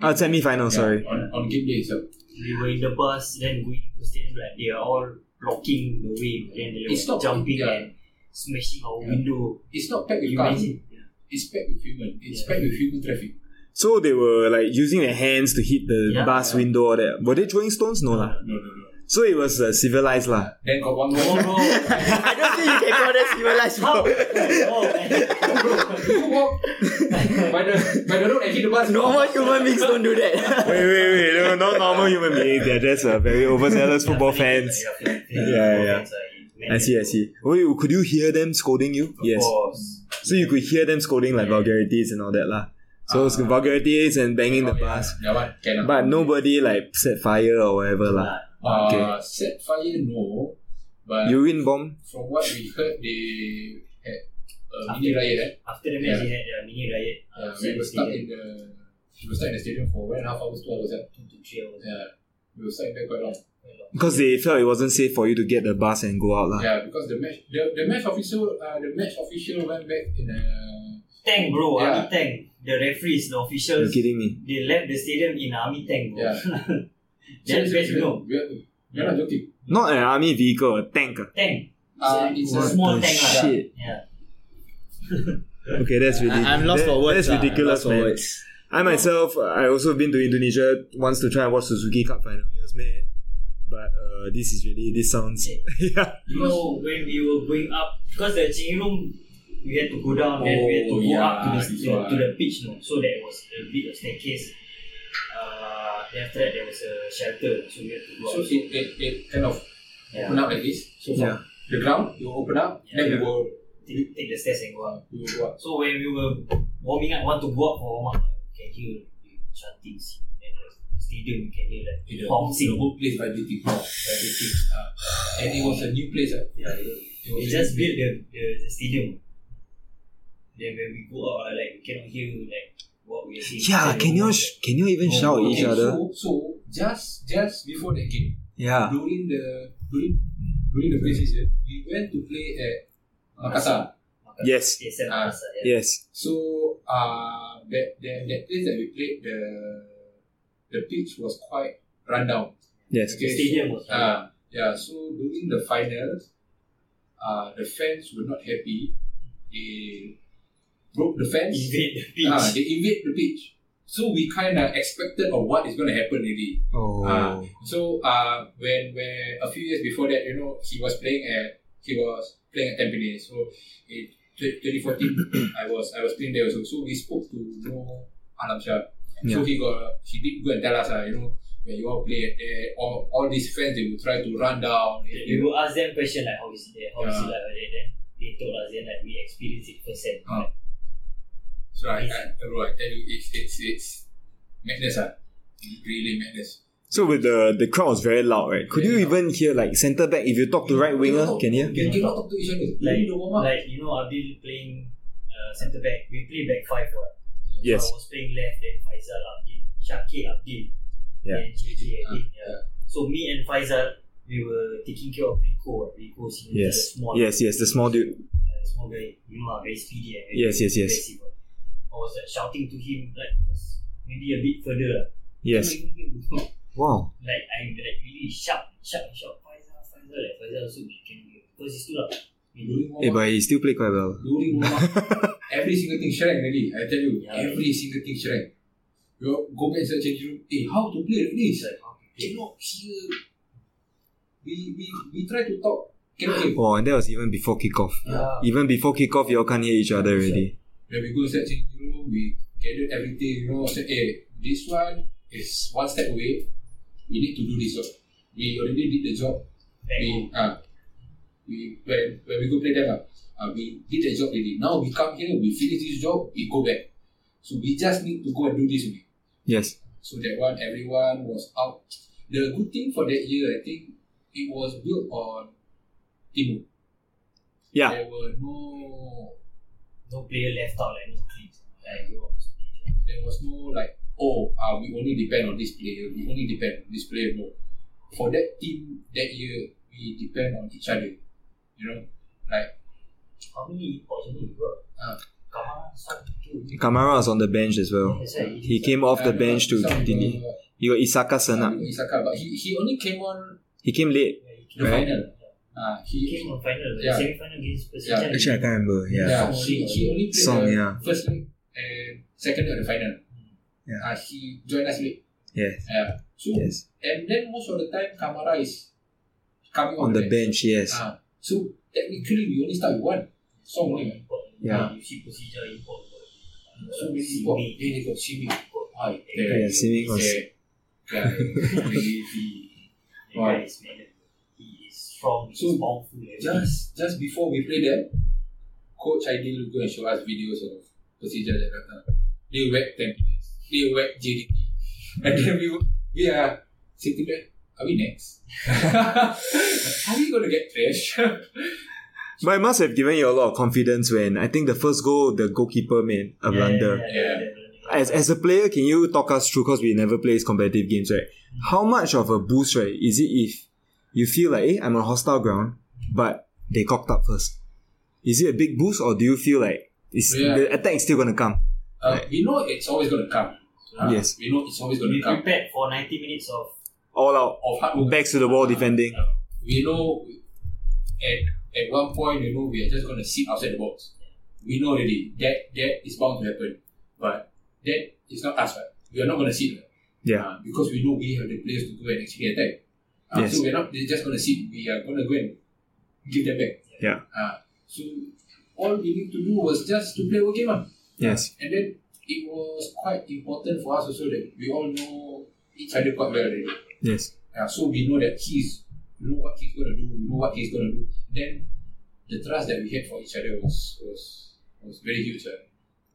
Speaker 1: uh, semi final. Sorry.
Speaker 3: Yeah, on, on game day itself.
Speaker 4: We were in the bus, then going to the stadium, like they are all blocking the way, and they
Speaker 3: It's
Speaker 4: were
Speaker 3: not-
Speaker 4: jumping
Speaker 3: yeah.
Speaker 4: and smashing our
Speaker 3: Yeah.
Speaker 4: window.
Speaker 3: It's not packed
Speaker 4: Can
Speaker 3: with
Speaker 4: you
Speaker 3: cars.
Speaker 4: imagine? Yeah.
Speaker 3: It's packed with human. It's
Speaker 4: Yeah.
Speaker 3: packed with human traffic.
Speaker 1: So they were like using their hands to hit the
Speaker 4: Yeah.
Speaker 1: bus window or that. Were they throwing stones? No lah.
Speaker 3: No, no, no.
Speaker 1: So it was uh, civilized lah.
Speaker 3: Then got one
Speaker 4: Oh,
Speaker 1: <laughs>
Speaker 3: more. <laughs>
Speaker 4: bro.
Speaker 2: I don't think you can call that civilized,
Speaker 4: How?
Speaker 2: bro.
Speaker 4: Oh, man.
Speaker 3: You
Speaker 4: <laughs>
Speaker 3: walk by the by the road and hit the bus. Oh,
Speaker 2: Normal human beings don't do that.
Speaker 1: wait, wait, wait. No, not normal human beings. They're just uh, very overzealous football fans.
Speaker 4: Yeah,
Speaker 1: Yeah, yeah.
Speaker 4: fans are in
Speaker 1: I see, I see. Wait, could you hear them scolding you?
Speaker 4: Of
Speaker 1: yes.
Speaker 4: course.
Speaker 1: So you could hear them scolding like
Speaker 4: Yeah.
Speaker 1: vulgarities and all that lah. So it's
Speaker 3: Ah.
Speaker 1: vulgarities and banging the
Speaker 3: yeah,
Speaker 1: bus.
Speaker 3: That one cannot.
Speaker 1: But nobody like set fire or whatever lah.
Speaker 3: Uh,
Speaker 1: Okay.
Speaker 3: Set fire, no. But
Speaker 1: Urine bomb.
Speaker 3: from what we heard, they had a mini riot. Eh?
Speaker 4: After the match, they had a mini riot. eh,
Speaker 3: Uh, we
Speaker 4: outside the
Speaker 3: were stuck in
Speaker 4: stadium.
Speaker 3: the we were stuck in the stadium for one and a half hours, two hours. Eh?
Speaker 4: Two to three hours.
Speaker 3: Yeah, we were stuck in there quite long.
Speaker 1: Because they felt it wasn't safe for you to get the bus and go out lah.
Speaker 3: Yeah, because the match the, the match official uh, the match official went back in uh, a
Speaker 4: Tank, bro.
Speaker 3: Yeah.
Speaker 4: Army tank. The referees, the
Speaker 1: You're
Speaker 4: officials,
Speaker 1: kidding me.
Speaker 4: they left the stadium in army tank, <laughs> bro.
Speaker 3: Yeah.
Speaker 4: That's best, you know.
Speaker 3: We're, we're not joking.
Speaker 1: Not an army vehicle, a tank. ah.
Speaker 4: Tank. It's,
Speaker 3: Uh,
Speaker 4: a,
Speaker 3: it's
Speaker 4: a
Speaker 3: a-
Speaker 4: small
Speaker 1: the
Speaker 4: tank, lah.
Speaker 1: shit.
Speaker 4: Yeah.
Speaker 1: Okay, that's really.
Speaker 2: I, am lost
Speaker 1: that-
Speaker 2: for words.
Speaker 1: That's
Speaker 2: lah. I'm
Speaker 1: ridiculous,
Speaker 2: lost for
Speaker 1: man.
Speaker 2: words.
Speaker 1: I myself, I also been to Indonesia once to try and watch Suzuki Cup final. It was mad, but uh, this is really this sounds <laughs> yeah.
Speaker 4: You know, when we were going up, because the changing room, we had to go down and we had to
Speaker 3: Oh,
Speaker 4: go up to
Speaker 3: yeah,
Speaker 4: the,
Speaker 3: this
Speaker 4: to,
Speaker 3: one.
Speaker 4: to the pitch, no? so there was a bit of staircase. Uh, then after that, there was a shelter, so we had to go
Speaker 3: So
Speaker 4: up.
Speaker 3: it, it, it kind of
Speaker 4: Yeah.
Speaker 3: open up like this. So from
Speaker 1: Yeah.
Speaker 3: the ground, you open up,
Speaker 4: Yeah.
Speaker 3: then you will
Speaker 4: take, take the stairs and go up.
Speaker 3: you will go up.
Speaker 4: So when we were warming up, want to go up for warm up, you can hear the chanting, then the stadium, you can hear like
Speaker 3: You know,
Speaker 4: bomb
Speaker 3: the
Speaker 4: sing.
Speaker 3: whole place vibrating, now, vibrating. Uh, and it was a new place. Uh,
Speaker 4: Yeah,
Speaker 3: it was a
Speaker 4: They just
Speaker 3: new place.
Speaker 4: built the, the, the stadium. Then when we go out, uh, like we cannot hear like what we are saying.
Speaker 1: Yeah, can you sh- can you even shout at each
Speaker 3: Okay,
Speaker 1: other?
Speaker 3: So, so just just before the game,
Speaker 1: Yeah.
Speaker 3: during the during during the preseason, we went to play at Makassar.
Speaker 1: Yes.
Speaker 4: Yes, and
Speaker 3: Ah,
Speaker 4: us, uh, yeah.
Speaker 1: Yes.
Speaker 3: So uh that, that that place that we played the the pitch was quite rundown.
Speaker 1: Yes.
Speaker 4: The stadium was.
Speaker 3: Uh, yeah, so during the finals, uh the fans were not happy. They broke the fence.
Speaker 4: invade the pitch.
Speaker 3: Ah, they invade the pitch. So we kinda expected of what is gonna happen really.
Speaker 1: Oh.
Speaker 3: Ah, So uh, when when a few years before that, you know, he was playing at he was playing at Tampines. So in tw- 2014, <coughs> I was I was playing there also. So we spoke to Mo Alam Shah.
Speaker 1: Yeah.
Speaker 3: So he got he did go and tell us, uh, you know, when you all play at there, all, all these fans they will try to run down.
Speaker 4: They- We will ask them question like how is it there, how is it
Speaker 3: Yeah.
Speaker 4: like over there. Then they told us then like we experienced it firsthand.
Speaker 3: Ah.
Speaker 4: Like,
Speaker 3: So I, I, bro, I tell you, it's it's it's madness, ah, really madness.
Speaker 1: So with the the crowd was very loud, right? Could you
Speaker 3: Very
Speaker 1: even hear like centre back if you talk to right winger? Can you?
Speaker 3: Can cannot talk to each other. During the warm up.
Speaker 4: like you know, Abdul playing uh, centre back. We play back five, right?
Speaker 1: Yes.
Speaker 4: So I was playing left, then Faisal Abdul, Shakir Abdil,
Speaker 1: Yeah.
Speaker 4: and JJ Abdil. yeah.
Speaker 3: yeah.
Speaker 4: So me and Faisal, we were taking care of Rico. right? Rico senior,
Speaker 1: Yes.
Speaker 4: the small,
Speaker 1: Yes. Yes. The small dude.
Speaker 4: uh, small guy, you know, ah, very speedy and very
Speaker 1: Yes, yes, yes.
Speaker 4: aggressive, right? I was like, shouting to him like just maybe a bit further. lah.
Speaker 1: Yes.
Speaker 4: Cannot even hear.
Speaker 1: Wow.
Speaker 4: <laughs> like I like really shout, shout, shout. Faisal, Faisal, like Faisal also like, can hear because it's too loud. We
Speaker 3: During warm
Speaker 1: Eh, but he still played quite well.
Speaker 3: During warm-up, every single thing shrank really. I tell you,
Speaker 4: Yeah.
Speaker 3: every single thing shrank. You go back inside change room. Hey, how to play like this?
Speaker 4: It's like how to play.
Speaker 3: Cannot hear. We we we try to talk. Cannot hear.
Speaker 1: Oh, and that was even before kickoff.
Speaker 4: Yeah.
Speaker 1: Even before kickoff, you all can't hear each other already.
Speaker 3: When we go inside change room, we gathered everything. You know, said, hey, this one is one step away. We need to do this job. We already did the job.
Speaker 4: Back
Speaker 3: We
Speaker 4: home.
Speaker 3: ah, we when when we go play them ah, ah, we did the job already. Now we come here, we finish this job, we go back. So we just need to go and do this only.
Speaker 1: Yes.
Speaker 3: So that one, everyone was out. The good thing for that year, I think, it was built on teamwork.
Speaker 1: Yeah.
Speaker 3: There were no,
Speaker 4: no player left out, like no clips. Like you always play.
Speaker 3: there was no like, oh, uh, we only depend on this player. We only depend on this player. No, for that team that year, we depend on each other. You know, like
Speaker 4: How many points you got?
Speaker 3: Ah.
Speaker 4: Kamara, Son, two.
Speaker 1: Kamara was on the bench as well.
Speaker 4: That's why
Speaker 1: He came off the
Speaker 3: uh,
Speaker 1: bench to
Speaker 3: some,
Speaker 1: continue.
Speaker 3: uh,
Speaker 1: You got Isaka Senak.
Speaker 3: uh, Isaka, but he, he only came on.
Speaker 1: He came late.
Speaker 4: Yeah, he
Speaker 3: The
Speaker 4: came-
Speaker 3: final.
Speaker 4: yeah.
Speaker 3: Uh,
Speaker 4: He
Speaker 3: he,
Speaker 4: came on final,
Speaker 3: Yeah.
Speaker 4: yeah. semi final against
Speaker 3: Yeah.
Speaker 4: Persija.
Speaker 1: Actually, I can't remember. Yeah.
Speaker 3: Yeah, he, he only played
Speaker 1: Song,
Speaker 3: the
Speaker 1: yeah.
Speaker 3: first leg and second leg of the final.
Speaker 1: Yeah.
Speaker 3: Uh, he joined us late.
Speaker 1: Yes.
Speaker 3: Yeah. So
Speaker 1: Yes.
Speaker 3: and then most of the time Kamara is coming
Speaker 1: On the bench. Yes.
Speaker 3: Ah, so technically we only start with one. Song only.
Speaker 1: Yeah.
Speaker 4: You see Persija import. Uh,
Speaker 3: So many people then they got Simi. Hi.
Speaker 1: Yeah, Simi was-
Speaker 3: Yeah. Yeah. Really,
Speaker 4: The guy is mad. He is strong, he's
Speaker 3: So,
Speaker 4: powerful. and everything.
Speaker 3: Just just before we play that, Coach Aidil will go and show us videos of Persija Jakarta. They whack Tampines. They whack JDT. <laughs> And then we, were- we are sitting there. Are we next? <laughs> are we going to get trashed? <laughs>
Speaker 1: But it must have given you a lot of confidence when I think the first goal, the goalkeeper made a blunder.
Speaker 3: Yeah.
Speaker 1: As, as a player, can you talk us through, because we never play competitive games, right? How much of a boost, right, is it if you feel like, hey, I'm on hostile ground, but they cocked up first? Is it a big boost or do you feel like it's,
Speaker 3: Yeah.
Speaker 1: the attack is still going to come?
Speaker 3: Uh, we know it's always going to come. Uh,
Speaker 1: Yes.
Speaker 3: We know it's always going
Speaker 4: We
Speaker 3: to come.
Speaker 4: prepared for 90 minutes of
Speaker 1: All out,
Speaker 3: Of hard work.
Speaker 1: backs to the wall defending.
Speaker 3: Uh, we know at, at one point, you know, we are just going to sit outside the box. We know already that that is bound to happen. But that is not us, right? We are not going to sit. right?
Speaker 1: Yeah.
Speaker 3: Uh, because we know we have the players to go and actually attack. Uh,
Speaker 1: Yes.
Speaker 3: So we're not they're just going to sit. We are going to go and give them back.
Speaker 1: Yeah.
Speaker 3: Uh, so all we need to do was just to play our game. ah.
Speaker 1: Yes.
Speaker 3: And then it was quite important for us also that we all know each other quite well already.
Speaker 1: Yes.
Speaker 3: Yeah, Ah, so we know that he's we know what he's gonna do, we know what he's gonna do. Then the trust that we had for each other was was, was very huge. ah.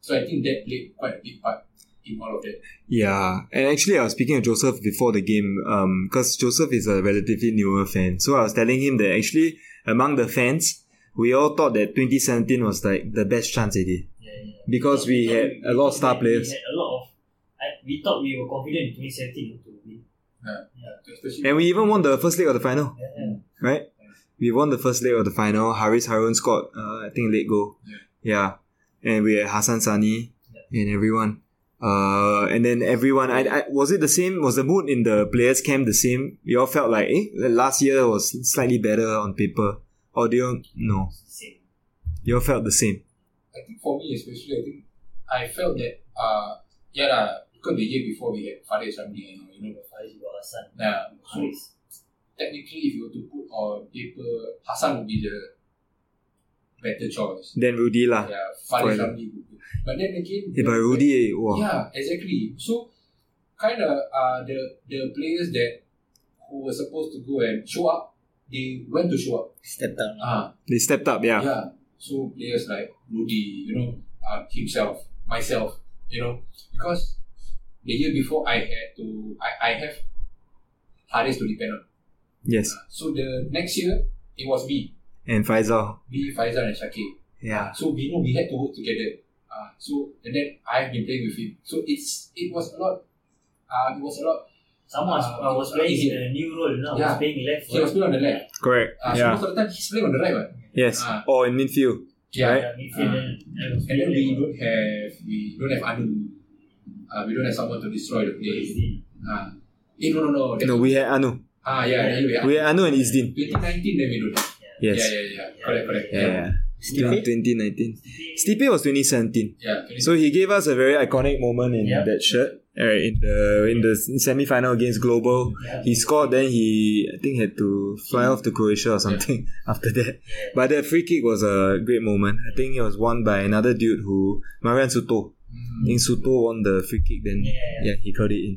Speaker 3: So I think that played quite a big part in all of that.
Speaker 1: Yeah, and actually, I was speaking to Joseph before the game, um, because Joseph is a relatively newer fan. So I was telling him that actually, among the fans, we all thought that 2017 was like the best chance they did
Speaker 4: Yeah, yeah.
Speaker 1: because we
Speaker 4: thought
Speaker 1: had a lot of star
Speaker 4: we
Speaker 1: players,
Speaker 4: had a lot of. I, we thought we were confident in 2017 to win.
Speaker 3: Ah, Especially
Speaker 1: and we even won the first leg of the final,
Speaker 4: Yeah, yeah.
Speaker 1: right? We won the first leg of the final. Haris Harun scored, uh, I think, late goal. Yeah, and we had Hassan Sani and everyone. Uh, and then everyone, I, I was it the same? Was the mood in the players' camp the same? You all felt like, eh, last year was slightly better on paper, or do you? No,
Speaker 4: It's the same.
Speaker 1: you all felt the same.
Speaker 3: I think for me especially I think I felt that uh yeah lah, because the year before we had Farid Ramli and all, you know
Speaker 4: Faris Ibu Hassan.
Speaker 3: Yeah. So
Speaker 4: Faris.
Speaker 3: technically if you were to put on paper Hassan would be the better choice.
Speaker 1: Then Rudy lah,
Speaker 3: Yeah, Farid
Speaker 1: Farid.
Speaker 3: Ramli would be. But then again
Speaker 1: Eh, but Rudy, eh, wow.
Speaker 3: Yeah, exactly. So, kind of uh, the the players that who were supposed to go and show up, they went to show up.
Speaker 2: Step down.
Speaker 3: Uh,
Speaker 1: they stepped up. Ah. Yeah,
Speaker 3: yeah. So players like Rudy, you know, uh, himself, myself, you know, because the year before I had to, I, I have Haris to depend on.
Speaker 1: yes,
Speaker 3: So the next year it was me,
Speaker 1: and Faisal.
Speaker 3: me, Faizal and Shakir.
Speaker 1: Yeah,
Speaker 3: So we know we had to work together. Uh, so and then I've been playing with him. So it's it was a lot. Uh, it was a lot
Speaker 4: Someone was-
Speaker 3: Uh,
Speaker 4: I was
Speaker 3: uh,
Speaker 4: playing
Speaker 3: easy.
Speaker 4: in a new role now. I
Speaker 3: Yeah.
Speaker 4: was playing left.
Speaker 3: He was
Speaker 4: foot.
Speaker 3: playing on the left.
Speaker 1: correct.
Speaker 3: Uh, So
Speaker 1: yeah,
Speaker 3: most of the time he's playing on the right one.
Speaker 1: yes,
Speaker 3: Ah.
Speaker 1: or in midfield. right?
Speaker 4: Yeah, midfield and I was
Speaker 3: And then
Speaker 4: playing
Speaker 3: we
Speaker 4: left
Speaker 3: don't have we don't have Anu. Uh, we don't have someone to destroy the
Speaker 4: foot.
Speaker 3: play.
Speaker 4: Easy.
Speaker 3: Uh, eh, no no no. that-
Speaker 1: No, we had Anu.
Speaker 3: Ah yeah, anyway.
Speaker 1: We had Anu and Isdin.
Speaker 3: 2019 then we don't. have.
Speaker 1: Yes.
Speaker 3: Yeah, yeah, yeah. Correct, correct.
Speaker 1: Yeah, yeah.
Speaker 2: Stipe?
Speaker 1: 2019. Stipe was 2017.
Speaker 3: Yeah. 2019.
Speaker 1: So he gave us a very iconic moment in
Speaker 4: Yeah.
Speaker 1: that shirt. Alright, in the in the semi final against Global,
Speaker 4: Yeah.
Speaker 1: he scored. Then he I think had to fly off to Croatia or something <laughs> after that. But that free kick was a great moment. I think it was won by another dude who Marian Suto. I
Speaker 3: Hmm,
Speaker 1: think Suto won the free kick. Then
Speaker 4: Yeah, yeah.
Speaker 1: he got it in.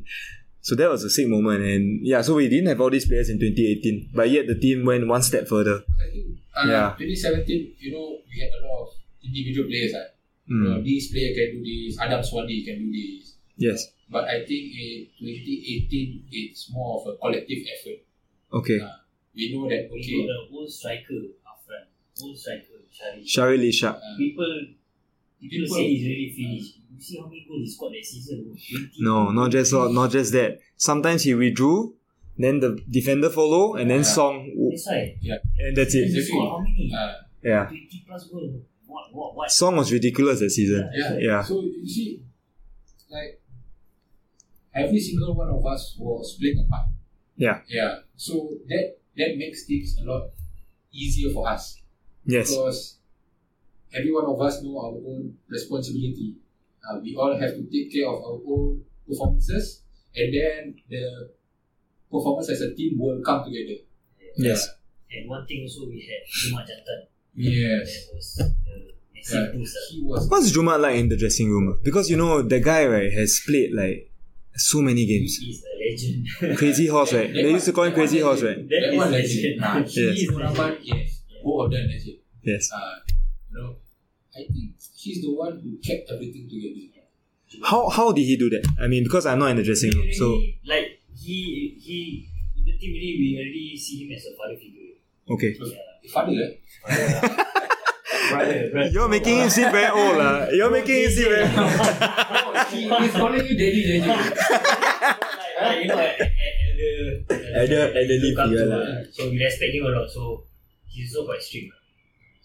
Speaker 1: So that was a sick moment, and yeah. So we didn't have all these players in 2018, but yet the team went one step further.
Speaker 3: I think uh,
Speaker 1: Yeah.
Speaker 3: 2017, you know, we had a lot of individual players. Uh, you know,
Speaker 1: Mm.
Speaker 3: this player can do this, Adam Swanee can do this.
Speaker 1: Yes.
Speaker 3: But I think in 2018, it's more of a collective effort.
Speaker 1: Okay.
Speaker 3: We know that,
Speaker 4: We
Speaker 3: okay,
Speaker 4: got the old striker up front. Old striker, Shari.
Speaker 1: Shari Lisha.
Speaker 3: uh,
Speaker 4: People, people
Speaker 3: People-
Speaker 4: say he's really finished. You see how many goals he scored that season? bro? 20.
Speaker 1: No, not just not just that. Sometimes he withdrew, then the defender follow, and then
Speaker 3: Yeah.
Speaker 1: Song, w-
Speaker 4: That's right.
Speaker 1: and that's
Speaker 4: He
Speaker 1: it.
Speaker 3: Exactly.
Speaker 4: scored how many?
Speaker 3: uh,
Speaker 1: Yeah,
Speaker 4: 20 plus goals. What, what, what?
Speaker 1: Song was ridiculous that season.
Speaker 3: Yeah.
Speaker 1: Yeah,
Speaker 3: So you see, like every single one of us was playing a part.
Speaker 1: Yeah.
Speaker 3: Yeah. So that that makes things a lot easier for us
Speaker 1: yes,
Speaker 3: because every one of us know our own responsibility. Uh, we all have to take care of our own performances, and then the performance as a team will come together.
Speaker 1: yes,
Speaker 4: And one thing also we had, Juma Jantan.
Speaker 3: Yes.
Speaker 4: That was the
Speaker 3: Yeah.
Speaker 4: Messi boost. ah.
Speaker 3: He was.
Speaker 1: What's Juma like in the dressing room? Because you know the guy right has played like so many
Speaker 3: He
Speaker 1: games.
Speaker 3: is a
Speaker 4: legend. <laughs>
Speaker 1: Crazy Horse, right? They used to call him Crazy Horse, right?
Speaker 4: That
Speaker 3: That
Speaker 4: is
Speaker 3: one legend.
Speaker 4: legend. Nah,
Speaker 3: Yes.
Speaker 4: he is
Speaker 3: Muraman,
Speaker 4: legend.
Speaker 3: yes. Both of them legend.
Speaker 1: Yes.
Speaker 3: Uh, you know, I think he's the one who kept everything together.
Speaker 1: How how did he do that? I mean, because I'm not in the dressing room,
Speaker 4: He
Speaker 1: so
Speaker 4: really- like he he in the team really we already see him as a father figure.
Speaker 1: okay.
Speaker 4: Yeah.
Speaker 3: Father, eh?
Speaker 4: Brother, brother.
Speaker 1: You're making him seem very old, uh. You're making him seem very
Speaker 3: Oh, he, he's calling you daddy, daddy.
Speaker 4: Like, like, you know, at, at,
Speaker 1: <laughs>
Speaker 4: at the
Speaker 2: At the- at the league,
Speaker 4: come
Speaker 2: yeah
Speaker 4: to,
Speaker 2: lah.
Speaker 4: uh, So we respect him a lot. So he's also quite strict. lah.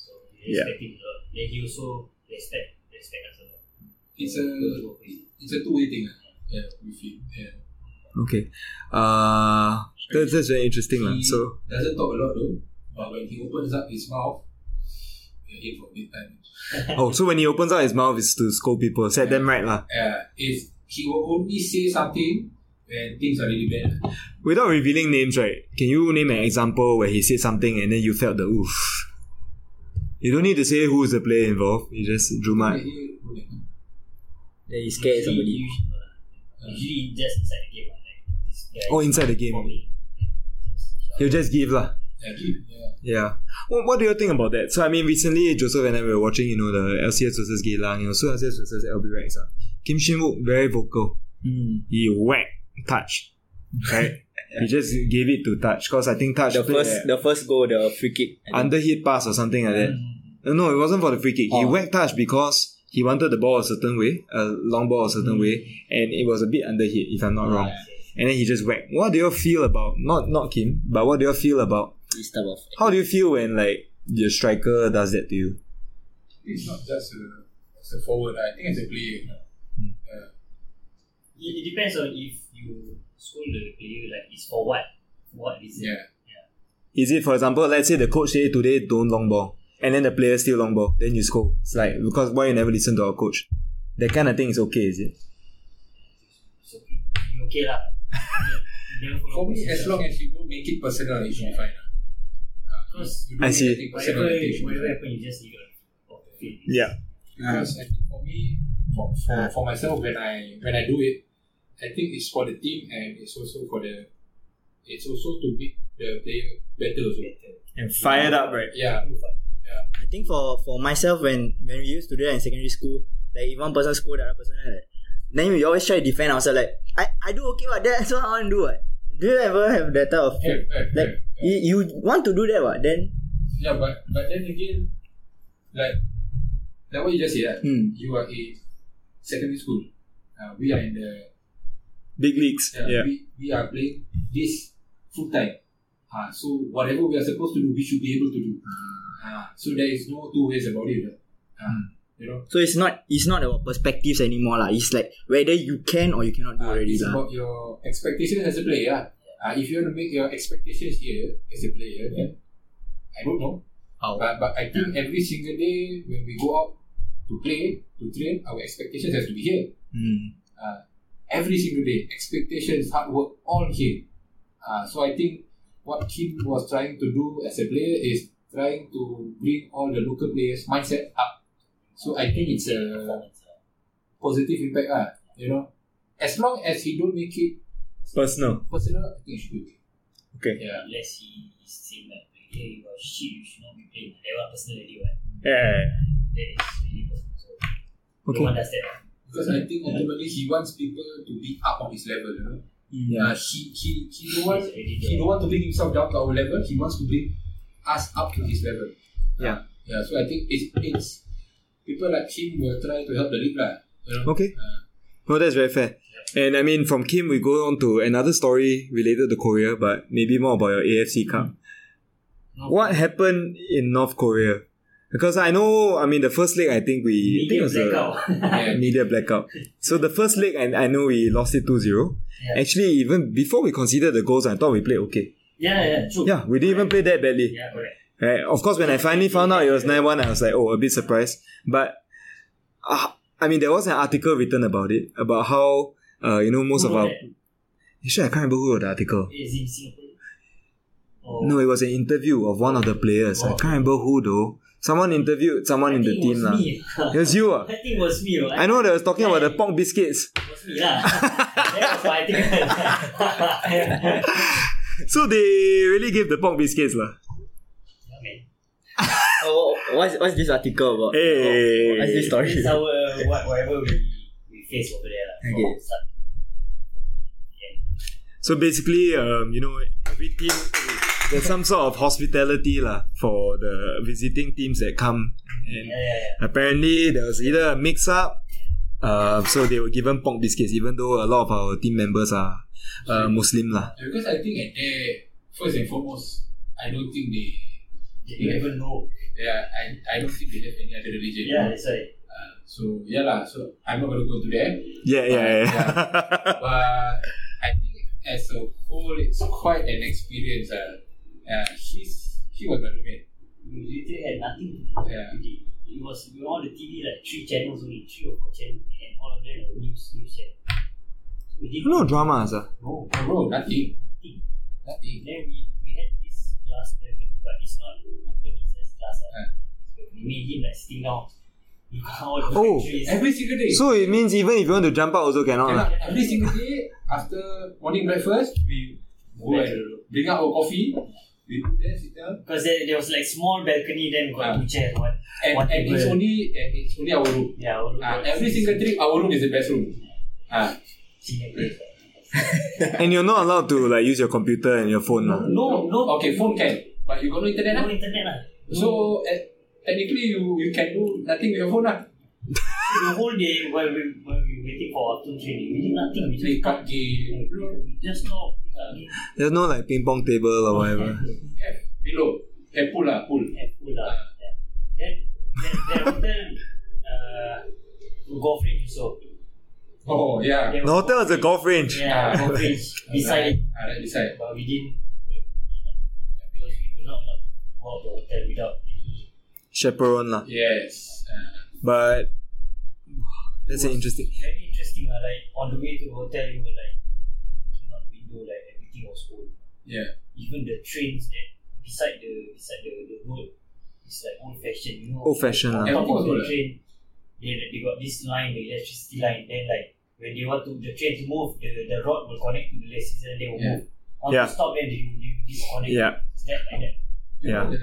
Speaker 4: So we
Speaker 1: Yeah.
Speaker 4: respect him a lot. Then he also respect respect us a lot.
Speaker 3: It's a it's a two way thing. ah. Yeah, with him. Yeah.
Speaker 1: Okay. Uh that's, that's very interesting, lah.
Speaker 3: He
Speaker 1: ah, So
Speaker 3: doesn't talk a lot though, but when he opens up his mouth, you're in for a big time.
Speaker 1: oh, so when he opens out his mouth, it's to scold people, set them right, lah.
Speaker 3: Uh, if he will only say something when things are really bad. ah.
Speaker 1: Without revealing names, right? Can you name an example where he said something and then you felt the oof? You don't need to say who's the player involved. You just drew my.
Speaker 3: He- he-
Speaker 2: Then he scared somebody.
Speaker 4: Usually, uh, usually just inside the game. lah, Like, this guy
Speaker 1: Oh, inside the game.
Speaker 4: for me.
Speaker 1: You just give lah.
Speaker 3: Yeah, he- yeah.
Speaker 1: Yeah. What, what do you think about that? So I mean, recently Joseph and I were watching, you know, the LCS versus Geylang, you know, so LCS versus LB Rex. Uh. Kim Shin Wook very vocal.
Speaker 2: Mm.
Speaker 1: He whack touch,
Speaker 2: <laughs>
Speaker 1: right? He just gave it to touch because I think touch
Speaker 2: The
Speaker 1: played
Speaker 2: first,
Speaker 1: a
Speaker 2: the first goal, the free kick.
Speaker 1: under hit pass or something like that. No, no, it wasn't for the free kick. He
Speaker 2: Oh.
Speaker 1: whacked touch because he wanted the ball a certain way, a long ball a
Speaker 2: Hmm.
Speaker 1: certain way, and it was a bit under hit, if I'm not wrong. And then he just whacked. What do you feel about not not Kim, but what do you feel about
Speaker 2: This type of.
Speaker 1: how do you feel when like your striker does that to you?
Speaker 3: It's not just a, as a forward. I think it's a player.
Speaker 1: Hmm.
Speaker 3: Uh,
Speaker 4: It, it depends on if you scold the player like it's for what, what reason.
Speaker 3: yeah.
Speaker 1: Is it, for example, let's say the coach say today don't long ball, and then the player still long ball, then you scold. It's like because why you never listen to our coach? That kind of thing is okay, is it?
Speaker 4: So you okay
Speaker 1: <laughs>
Speaker 4: lah. You never follow
Speaker 3: For me, as
Speaker 4: procedure.
Speaker 3: long as you don't make it personal, it should be fine. ah. Uh,
Speaker 4: Because
Speaker 3: you don't
Speaker 1: I
Speaker 3: make
Speaker 1: see.
Speaker 3: anything personal,
Speaker 4: whatever,
Speaker 3: I think it should be
Speaker 4: whatever
Speaker 3: fine.
Speaker 4: happens, you just leave it off the field.
Speaker 1: Yeah. Ah.
Speaker 3: Because I think for me, for, for, for myself, when I when I do it, I think it's for the team and it's also for the, it's also to make the player better also.
Speaker 1: And fired up, right?
Speaker 3: Yeah,
Speaker 2: I think for for myself when when we used to do that in secondary school, like if one person scold the other person, like, then we always try to defend ourselves. Like I I do okay, what that's what I want to do. What do you ever have that type of?
Speaker 3: yeah, yeah, yeah,
Speaker 2: Like you, you want to do that, what then?
Speaker 3: yeah. But but then again, like like what you just said, ah,
Speaker 2: Hmm.
Speaker 3: you are a secondary school. Uh, we are in the
Speaker 1: Big leagues.
Speaker 3: uh, we, we are playing this full time. Uh, so whatever we are supposed to do, we should be able to do. Uh, so there is no two ways about it. ah. Uh, you know.
Speaker 2: So it's not it's not about perspectives anymore, lah. It's like whether you can or you cannot do
Speaker 3: Uh,
Speaker 2: already,
Speaker 3: it's
Speaker 2: lah.
Speaker 3: about your expectations as a player. Uh, if you want to make your expectations here as a player, then I don't know.
Speaker 2: Oh.
Speaker 3: But, but I think every single day when we go out to play, to train, our expectations has to be here.
Speaker 2: Hmm.
Speaker 1: Mm.
Speaker 3: Uh, every single day, expectations, hard work, all here. Uh, so I think what Kim was trying to do as a player is trying to bring all the local players' mindset up. So I think it's a positive impact, ah. you know. As long as he don't make it
Speaker 1: Personal.
Speaker 3: personal, I think it should be okay.
Speaker 1: Okay.
Speaker 3: Yeah.
Speaker 4: Unless he is saying like, hey, you are shit, you should not be playing. That one personally, what?
Speaker 1: Yeah.
Speaker 4: That is really personal. So
Speaker 1: Okay.
Speaker 4: no one does that.
Speaker 3: Because I think ultimately he wants people to be up on his level, you know.
Speaker 1: Yeah.
Speaker 3: Uh, he, he, he don't want
Speaker 4: Mm. He's already
Speaker 3: he don't want to bring himself down to our level. He wants to bring us up to his level.
Speaker 1: Yeah.
Speaker 3: Yeah. So I think it's it's people like him will try to help the league lah. You
Speaker 4: <laughs>
Speaker 3: know.
Speaker 1: Okay.
Speaker 3: Uh,
Speaker 1: No, that's very fair. And I mean, from Kim, we go on to another story related to Korea, but maybe more about your AFC Cup.
Speaker 4: <laughs>
Speaker 1: What happened in North Korea? Because I know, I mean, the first leg, I think we. I think it
Speaker 4: Media
Speaker 1: was a-
Speaker 4: blackout.
Speaker 3: yeah.
Speaker 1: media blackout. So the first leg, and I know we lost it 2-0.
Speaker 4: Yeah.
Speaker 1: Actually, even before we considered the goals, I thought we played okay.
Speaker 4: <laughs> yeah, yeah, true.
Speaker 1: Yeah, we didn't even play that badly.
Speaker 4: Yeah, correct.
Speaker 1: Right? Of course, when I finally found out it was 9-1, I was like, oh, a bit surprised. But, uh, I mean, there was an article written about it, about how, uh, you know, most
Speaker 4: Who
Speaker 1: of
Speaker 4: wrote
Speaker 1: our...
Speaker 4: that?
Speaker 1: Actually, I can't remember who wrote the article.
Speaker 4: Is in Singapore? Oh, Or
Speaker 1: No, it was an interview of one of the players. I can't remember who though. Someone interviewed someone in
Speaker 4: I
Speaker 1: the
Speaker 4: think it
Speaker 1: team.
Speaker 4: was
Speaker 1: lah.
Speaker 4: me. <laughs>
Speaker 1: It was you. ah.
Speaker 4: I think it was me.
Speaker 1: I know they was talking about the
Speaker 4: Yeah.
Speaker 1: pork biscuits.
Speaker 4: It was me lah. <laughs> that was what I <laughs> think.
Speaker 1: So they really give the pork biscuits. lah.
Speaker 4: Yeah, man.
Speaker 2: Oh, what's, what's this article about?
Speaker 1: Hey.
Speaker 2: Oh, what's this story? <laughs>
Speaker 4: It's our uh, what, whatever we, we face over there. lah.
Speaker 2: Okay.
Speaker 4: From start.
Speaker 1: So basically, um, you know, every team there's some sort of hospitality lah for the visiting teams that come.
Speaker 4: Yeah,
Speaker 1: And
Speaker 4: yeah, yeah.
Speaker 1: apparently, there was either a mix up, uh, so they were given pork biscuits, even though a lot of our team members are uh, Muslim lah.
Speaker 3: Yeah, because I think at there, first and foremost, I don't think they,
Speaker 4: They don't even know.
Speaker 3: yeah, I, I don't think they have any other religion.
Speaker 4: Yeah, that's right.
Speaker 3: Uh, so yeah lah. So I'm not gonna go into there.
Speaker 1: Yeah, yeah, yeah. <laughs>
Speaker 3: but I think eh, as a whole, it's quite an experience. Uh, uh, he's he was my roommate.
Speaker 4: We literally had nothing to do.
Speaker 3: Yeah.
Speaker 4: with it. It was we were on the TV like three channels only, three or four channels, and all of them were news news channel. So we didn't
Speaker 1: no dramas. ah.
Speaker 4: know.
Speaker 3: No, bro, nothing,
Speaker 4: Nothing.
Speaker 3: nothing.
Speaker 4: Then we, we had this class open, but it's not open access class. Uh. We made him like sitting down. You count all the
Speaker 1: Oh.
Speaker 4: factories.
Speaker 3: Every single day.
Speaker 1: So uh, it means even if you want to jump out, also cannot. lah.
Speaker 3: <laughs> Cannot. every single day after morning breakfast, we go
Speaker 4: Back
Speaker 3: and
Speaker 4: to the room.
Speaker 3: bring out our coffee. We go there sit down.
Speaker 4: Because there, there was like small balcony, then
Speaker 3: Ah.
Speaker 4: got two chairs, one.
Speaker 3: And,
Speaker 4: What
Speaker 3: and
Speaker 4: people-
Speaker 3: it's only and it's only our room.
Speaker 4: Yeah, our room
Speaker 3: Uh,
Speaker 4: got
Speaker 3: every
Speaker 4: six-
Speaker 3: single trip, our room is the best room. Uh,
Speaker 4: senior place.
Speaker 1: And you're not allowed to like use your computer and your phone. lah.
Speaker 3: no, no. Okay, phone can, but you got no internet.
Speaker 4: No
Speaker 3: ah.
Speaker 4: internet lah.
Speaker 3: So eh, technically, you you can do nothing with your phone. ah.
Speaker 4: the whole day while we while we waiting for our platoon training, we did nothing. We
Speaker 3: Play
Speaker 4: just
Speaker 3: card game.
Speaker 4: we just talk. Uh,
Speaker 1: There's no like ping pong table or whatever.
Speaker 3: F below. Can pull lah, pull.
Speaker 4: and pull up. uh, Yeah. Then then then after uh, golf range so.
Speaker 3: Oh yeah.
Speaker 1: The hotel has a golf range.
Speaker 4: Yeah, golf
Speaker 1: <laughs>
Speaker 4: range beside it,
Speaker 3: Ah, right beside.
Speaker 4: but we didn't. we- Because we were not allowed to go out the hotel without the
Speaker 1: Chaperone lah.
Speaker 3: Yes. Uh,
Speaker 1: But that's an interesting.
Speaker 4: very interesting. Uh, like on the way to the hotel, you were like looking out the window, like everything was old.
Speaker 3: Yeah.
Speaker 4: Even the trains that beside the beside the, the road is like old fashioned. You know,
Speaker 1: Old fashioned
Speaker 4: On
Speaker 1: lah.
Speaker 4: top of
Speaker 3: Everything
Speaker 4: the
Speaker 3: old.
Speaker 4: train, they they got this line, the electricity line. Then like when they want to the train to move, the the rod will connect to the electricity, and they will
Speaker 3: Yeah.
Speaker 4: move. Want
Speaker 1: Yeah.
Speaker 4: to stop, then they will disconnect.
Speaker 1: Yeah.
Speaker 4: Step like that.
Speaker 3: you
Speaker 1: Yeah.
Speaker 3: know The,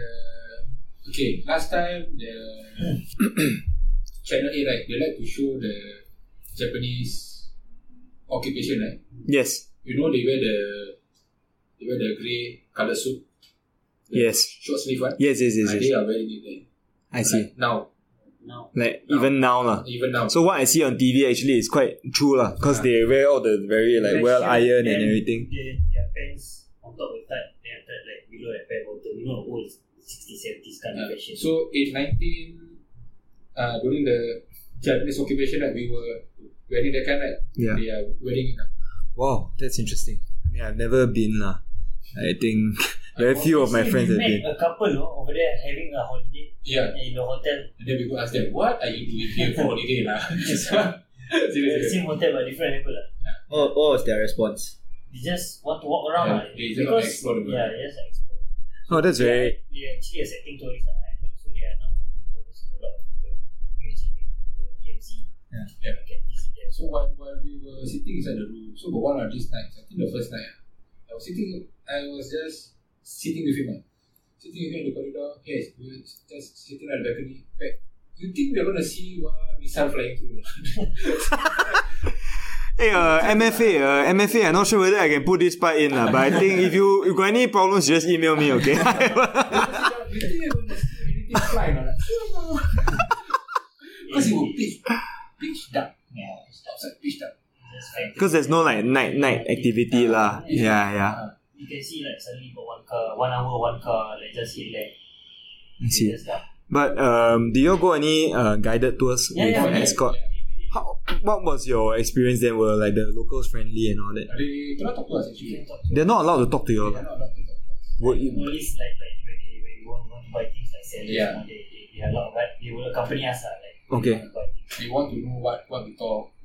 Speaker 3: okay. Last time
Speaker 1: <coughs>
Speaker 3: the channel A right, they like to show the Japanese occupation right.
Speaker 1: Yes.
Speaker 3: You know they wear the they wear the grey colour suit.
Speaker 1: Yes.
Speaker 3: Short sleeve one.
Speaker 1: Yes. Yes. Yes.
Speaker 3: Ah, They
Speaker 1: yes.
Speaker 3: are wearing it then.
Speaker 1: I see.
Speaker 3: Like now,
Speaker 4: Now.
Speaker 1: Like even now lah.
Speaker 3: even now.
Speaker 1: So what I see on TV actually is quite true lah, cause they wear all the very like well ironed and everything.
Speaker 4: Their, their pants on top of that, they have that like below that pant bottom. You know, old 60s, 70s kind of
Speaker 3: Uh,
Speaker 4: fashion.
Speaker 3: So in 19, uh, during the Japanese occupation, that we were wearing that kind, right?
Speaker 1: Yeah.
Speaker 3: They are wearing it.
Speaker 1: Wow, that's interesting. I mean, I've never been lah. I think <laughs> very few of my
Speaker 4: Actually,
Speaker 1: friends
Speaker 4: we
Speaker 1: have
Speaker 4: met
Speaker 1: been.
Speaker 4: a couple no, over there having a holiday
Speaker 3: Yeah.
Speaker 4: in the hotel.
Speaker 3: And then we go ask them, what are you doing here for holiday, <laughs> lah? Seriously.
Speaker 4: Same hotel but different level. lah.
Speaker 2: Oh, <laughs> what was their response?
Speaker 4: They just want to walk around.
Speaker 3: Yeah,
Speaker 4: lah.
Speaker 3: they just want to
Speaker 4: because,
Speaker 3: explore the world.
Speaker 4: Yeah, they just explore.
Speaker 1: Oh, that's very
Speaker 4: They, they actually accepting tourists. lah. I heard so they are now opening borders to a lot of people. We actually the DMZ.
Speaker 2: Yeah.
Speaker 3: Yeah.
Speaker 4: Can visit there.
Speaker 3: So while, while we were sitting inside the room, so but one of these nights, I think the first night, ah, I was sitting, I was just sitting with him, ah. sitting with him in the corridor. Yes, we were just sitting on the balcony. Like, you think we're gonna see one missile flying through? lah?
Speaker 1: Hey, uh, MFA, uh, MFA, I'm not sure whether I can put this part in, lah, but I think if you if got any problems, just email me, okay? <laughs>
Speaker 3: you think you're gonna see anything fly or not? Because it will pitch, pitch dark. Yeah, it's outside pitch dark.
Speaker 4: Just fact.
Speaker 1: Because there's no like night night activity lah. Yeah, yeah.
Speaker 4: You can see like suddenly got one car, one hour, one car, like just hit land.
Speaker 1: I see.
Speaker 4: Just down.
Speaker 1: But um, do you all go any uh, guided tours
Speaker 4: Yeah,
Speaker 1: with
Speaker 4: yeah, yeah.
Speaker 1: escort? How, what was your experience then? Were like the locals friendly and all that?
Speaker 3: They cannot talk to us actually.
Speaker 1: They're not allowed to talk to you all.
Speaker 3: They are
Speaker 1: lah.
Speaker 3: not allowed to talk to us.
Speaker 1: Would you-
Speaker 4: Only it's like like when they when you want, want to buy things like sellers,
Speaker 3: Yeah.
Speaker 4: you know, they, they they allow but they will accompany us uh, like
Speaker 1: Okay.
Speaker 4: we want to buy things.
Speaker 3: They want to know what, what we talk,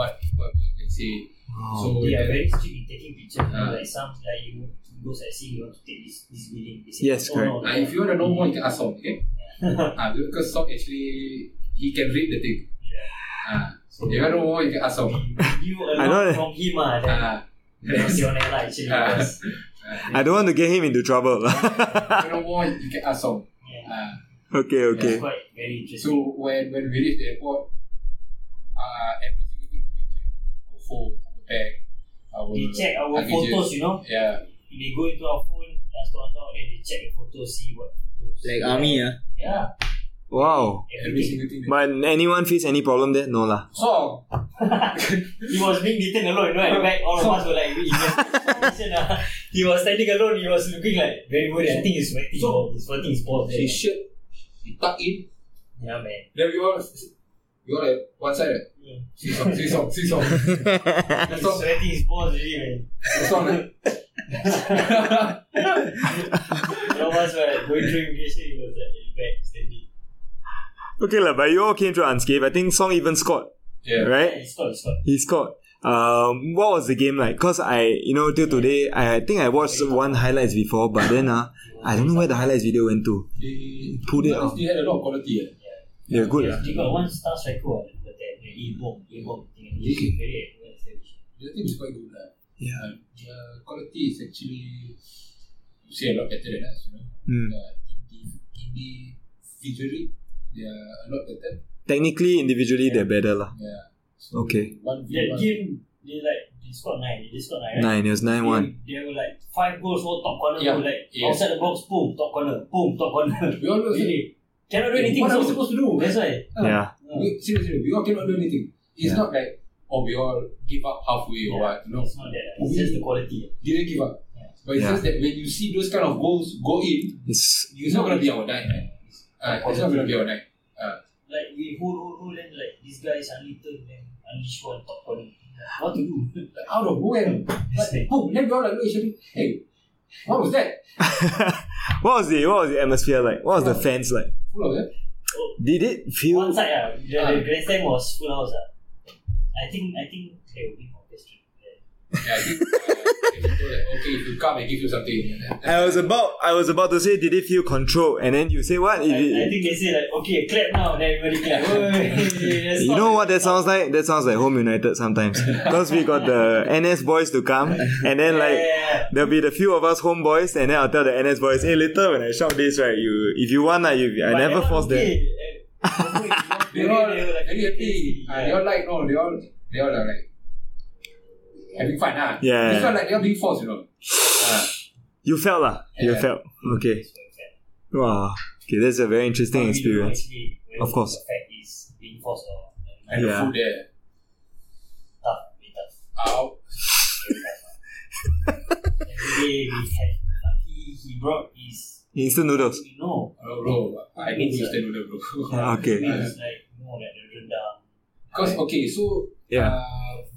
Speaker 3: what, what we always let's say.
Speaker 1: Oh.
Speaker 3: So
Speaker 4: They are
Speaker 3: the-
Speaker 4: very strict in taking pictures. you know,
Speaker 3: Ah.
Speaker 4: like some like you go sightseeing, you want to take this this building. They say,
Speaker 1: Yes,
Speaker 4: oh,
Speaker 1: correct.
Speaker 4: no,
Speaker 3: Ah, if you want to know more, you can ask Song, okay? Ah, because Song actually, he can read the thing. Ah, so if you want to know more, you can ask Song.
Speaker 4: you a
Speaker 1: I know
Speaker 4: lot
Speaker 1: that-
Speaker 4: from him, ah, then
Speaker 3: Ah,
Speaker 4: that's your name, actually.
Speaker 3: Ah.
Speaker 4: because-
Speaker 1: I don't want to get him into trouble. <laughs>
Speaker 3: if you know more, you can ask Song.
Speaker 4: yeah,
Speaker 3: Ah,
Speaker 1: okay,
Speaker 4: it's
Speaker 1: okay.
Speaker 4: quite very interesting.
Speaker 3: so when, when we reach the airport, uh, every single thing we check. Our phone, our bag, our...
Speaker 4: they check our
Speaker 3: Luggages.
Speaker 4: photos, you know.
Speaker 3: Yeah.
Speaker 4: They go into our phone, ask to unlock, then they check the photos, see what photos.
Speaker 2: Like army, ah.
Speaker 4: Yeah,
Speaker 1: Wow.
Speaker 3: Every
Speaker 4: everything.
Speaker 3: single thing. that-
Speaker 1: But anyone face any problem there? No lah.
Speaker 3: Song!
Speaker 4: he was being detained alone, you know, and back all of us were like, we investigation, ah. <laughs> he was standing alone, he was looking like very worried. I think he's sweating,
Speaker 3: So-
Speaker 4: he's sweating his balls there.
Speaker 3: His shirt, he tucked in.
Speaker 4: Yeah, man. Mm.
Speaker 3: Then we all, we all like one side like,
Speaker 4: Yeah.
Speaker 3: see song, see song, see song. That's
Speaker 4: He's
Speaker 3: all,
Speaker 4: sweating his balls really, man.
Speaker 3: that's all like.
Speaker 4: All of us were like going through immigration, he was like in the back standing.
Speaker 1: Okay lah, but you all came through unscathed. I think Song even scored,
Speaker 3: <laughs> yeah.
Speaker 1: right?
Speaker 4: Hey, stop, stop.
Speaker 1: He scored. Um, what was the game like? Cause I, you know, till today, I think I watched one highlights before, but then uh,
Speaker 3: Ah,
Speaker 1: I don't know where the highlights video went to.
Speaker 3: They,
Speaker 1: Pulled it
Speaker 3: they had a lot of quality. Eh.
Speaker 1: They're good
Speaker 4: Yes,
Speaker 1: lah.
Speaker 4: They got one star striker, ah, but that the E-bomb, E-bomb thing. He's
Speaker 3: Okay.
Speaker 4: very well established.
Speaker 3: The team is quite good. Eh.
Speaker 1: Yeah.
Speaker 3: Uh, the quality is actually, you see, a lot better than us, you know.
Speaker 1: Mm.
Speaker 3: Uh, indie, indie visually, they are a lot better.
Speaker 1: Technically, individually, they're better lah.
Speaker 3: Yeah. So
Speaker 1: Okay.
Speaker 3: One v
Speaker 4: That
Speaker 3: one.
Speaker 4: game, they like, they scored 9, they scored 9, right?
Speaker 1: Nine. It was nine one.
Speaker 4: They, they were like five goals for top corner.
Speaker 3: Yeah,
Speaker 4: Yeah. Like
Speaker 3: yeah.
Speaker 4: outside the box, boom, top corner, boom,
Speaker 3: <laughs>
Speaker 4: top corner.
Speaker 3: We all know.
Speaker 4: really, cannot do anything.
Speaker 3: What are we
Speaker 4: so-
Speaker 3: supposed to do?
Speaker 4: That's why.
Speaker 3: Ah.
Speaker 1: Yeah.
Speaker 4: uh,
Speaker 3: We, seriously, we all cannot do anything. It's
Speaker 1: Yeah.
Speaker 3: not like, oh, we all give up halfway or what. No,
Speaker 4: It's not that. It's just the quality.
Speaker 3: didn't give up.
Speaker 4: Yeah.
Speaker 3: But it's
Speaker 1: Yeah.
Speaker 3: just that when you see those kind of goals go in,
Speaker 1: It's
Speaker 3: it's not going to be our night. man. Uh, it's not going to be our night. Ah.
Speaker 4: Like we hold, hold, hold, and like this guy suddenly turn and unleash one top corner. What to do?
Speaker 3: Like, out of nowhere. Like, boom, then we all like look at each other. Hey, what was that?
Speaker 1: what was the what was the atmosphere like? What was the fans like?
Speaker 3: Full of that.
Speaker 1: Did it
Speaker 4: One
Speaker 1: feel?
Speaker 4: side, ah, the,
Speaker 3: Ah.
Speaker 4: the grandstand was full house. Ah. I think, I think they will be orchestra.
Speaker 3: Yeah, I think, uh, they told like, okay, if you come, I give you something.
Speaker 1: I was about I was about to say, did it feel controlled? And then you say what? If
Speaker 4: I, I
Speaker 1: it,
Speaker 4: think they say like, okay, clap now, then everybody
Speaker 1: <laughs>
Speaker 4: clap. That's
Speaker 1: you
Speaker 4: not-
Speaker 1: know what that sounds like? That sounds like home united
Speaker 4: <laughs>
Speaker 1: sometimes because we got the NS boys to come, and then
Speaker 4: Yeah,
Speaker 1: like
Speaker 4: yeah, yeah.
Speaker 1: There'll be the few of us homeboys, and then I'll tell the NS boys, hey, later when I shout this, right, you if you want, uh, you, I
Speaker 4: But
Speaker 1: never
Speaker 4: everyone
Speaker 1: force them.
Speaker 4: okay. Uh,
Speaker 3: They all very happy. Uh, they all like, no, they all, they all are like having fun. Huh?
Speaker 1: Yeah.
Speaker 3: It's not like they are being forced, you know. Uh,
Speaker 1: You felt, lah. You
Speaker 3: Yeah.
Speaker 1: felt. Okay. Wow. Okay, that's a very interesting experience. Of course.
Speaker 4: The fact is being forced or
Speaker 3: and
Speaker 1: Yeah.
Speaker 3: the food there. ah, oh,
Speaker 4: tough, very tough.
Speaker 3: Ow.
Speaker 4: Every day we had lucky he brought his
Speaker 1: Instant noodles.
Speaker 4: you know
Speaker 3: Oh, bro. I don't know Mr. Noodle, bro. <laughs> Ah,
Speaker 1: Okay.
Speaker 4: means like you know like the rendang.
Speaker 3: Because, okay, so
Speaker 1: Yeah.
Speaker 3: Uh,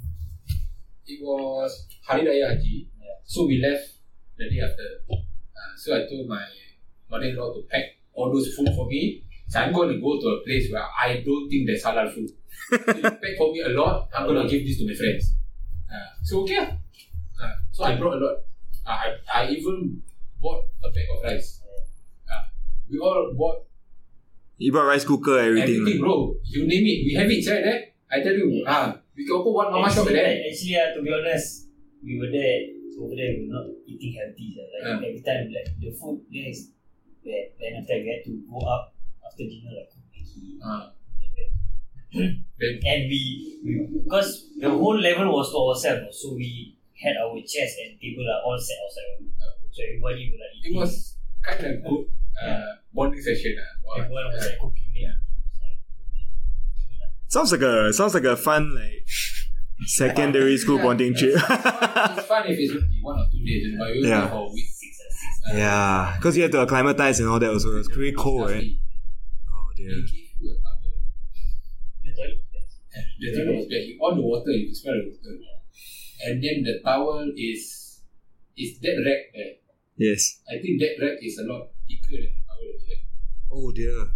Speaker 3: it was Hari Raya Haji.
Speaker 4: Yeah.
Speaker 3: So we left the day after. Uh, so I told my mother-in-law to pack all those food for me. So I'm going to go to a place where I don't think there's halal food. so you pack for me a lot. I'm going to give this to my friends. Uh, so okay. lah. Uh, so I brought a lot. Uh, I, I even bought a bag of rice. Uh, we all bought
Speaker 1: You brought rice cooker, everything.
Speaker 3: everything,
Speaker 1: lah.
Speaker 3: bro. You name it. We have it inside there. I tell you.
Speaker 4: Yeah.
Speaker 3: Ah, we can open one mama shop
Speaker 4: actually,
Speaker 3: there.
Speaker 4: actually uh, to be honest, we were there over there we were not eating healthy. Uh, like
Speaker 3: Yeah.
Speaker 4: every time like the food there is bad. Then after I get to go up after dinner like cook Maggi.
Speaker 3: Ah,
Speaker 4: Then- and we, we because the whole level was to ourselves, so we had our chairs and table are all set outside. So everybody was like
Speaker 3: it
Speaker 4: eating.
Speaker 3: was kind of good uh, bonding session. ah. Wow.
Speaker 4: everyone was like cooking. Yeah.
Speaker 1: Sounds like a sounds like a fun like secondary school bonding trip.
Speaker 3: <laughs>
Speaker 1: <laughs>
Speaker 3: it's fun if it's only one or two days, but we only
Speaker 1: Yeah.
Speaker 3: for a week.
Speaker 4: Six or six. uh,
Speaker 3: Ah,
Speaker 1: yeah, because you have to acclimatize and all that. Also, it's pretty cold, right?
Speaker 3: Lastly,
Speaker 1: Oh
Speaker 3: They
Speaker 1: dear.
Speaker 3: gave you a towel.
Speaker 4: The toilet.
Speaker 3: The thing was that you on the water, you can smell the water, and then the towel is is that rack there.
Speaker 1: Yes.
Speaker 3: I think that rack is a lot thicker than the towel. that we had.
Speaker 1: Oh dear.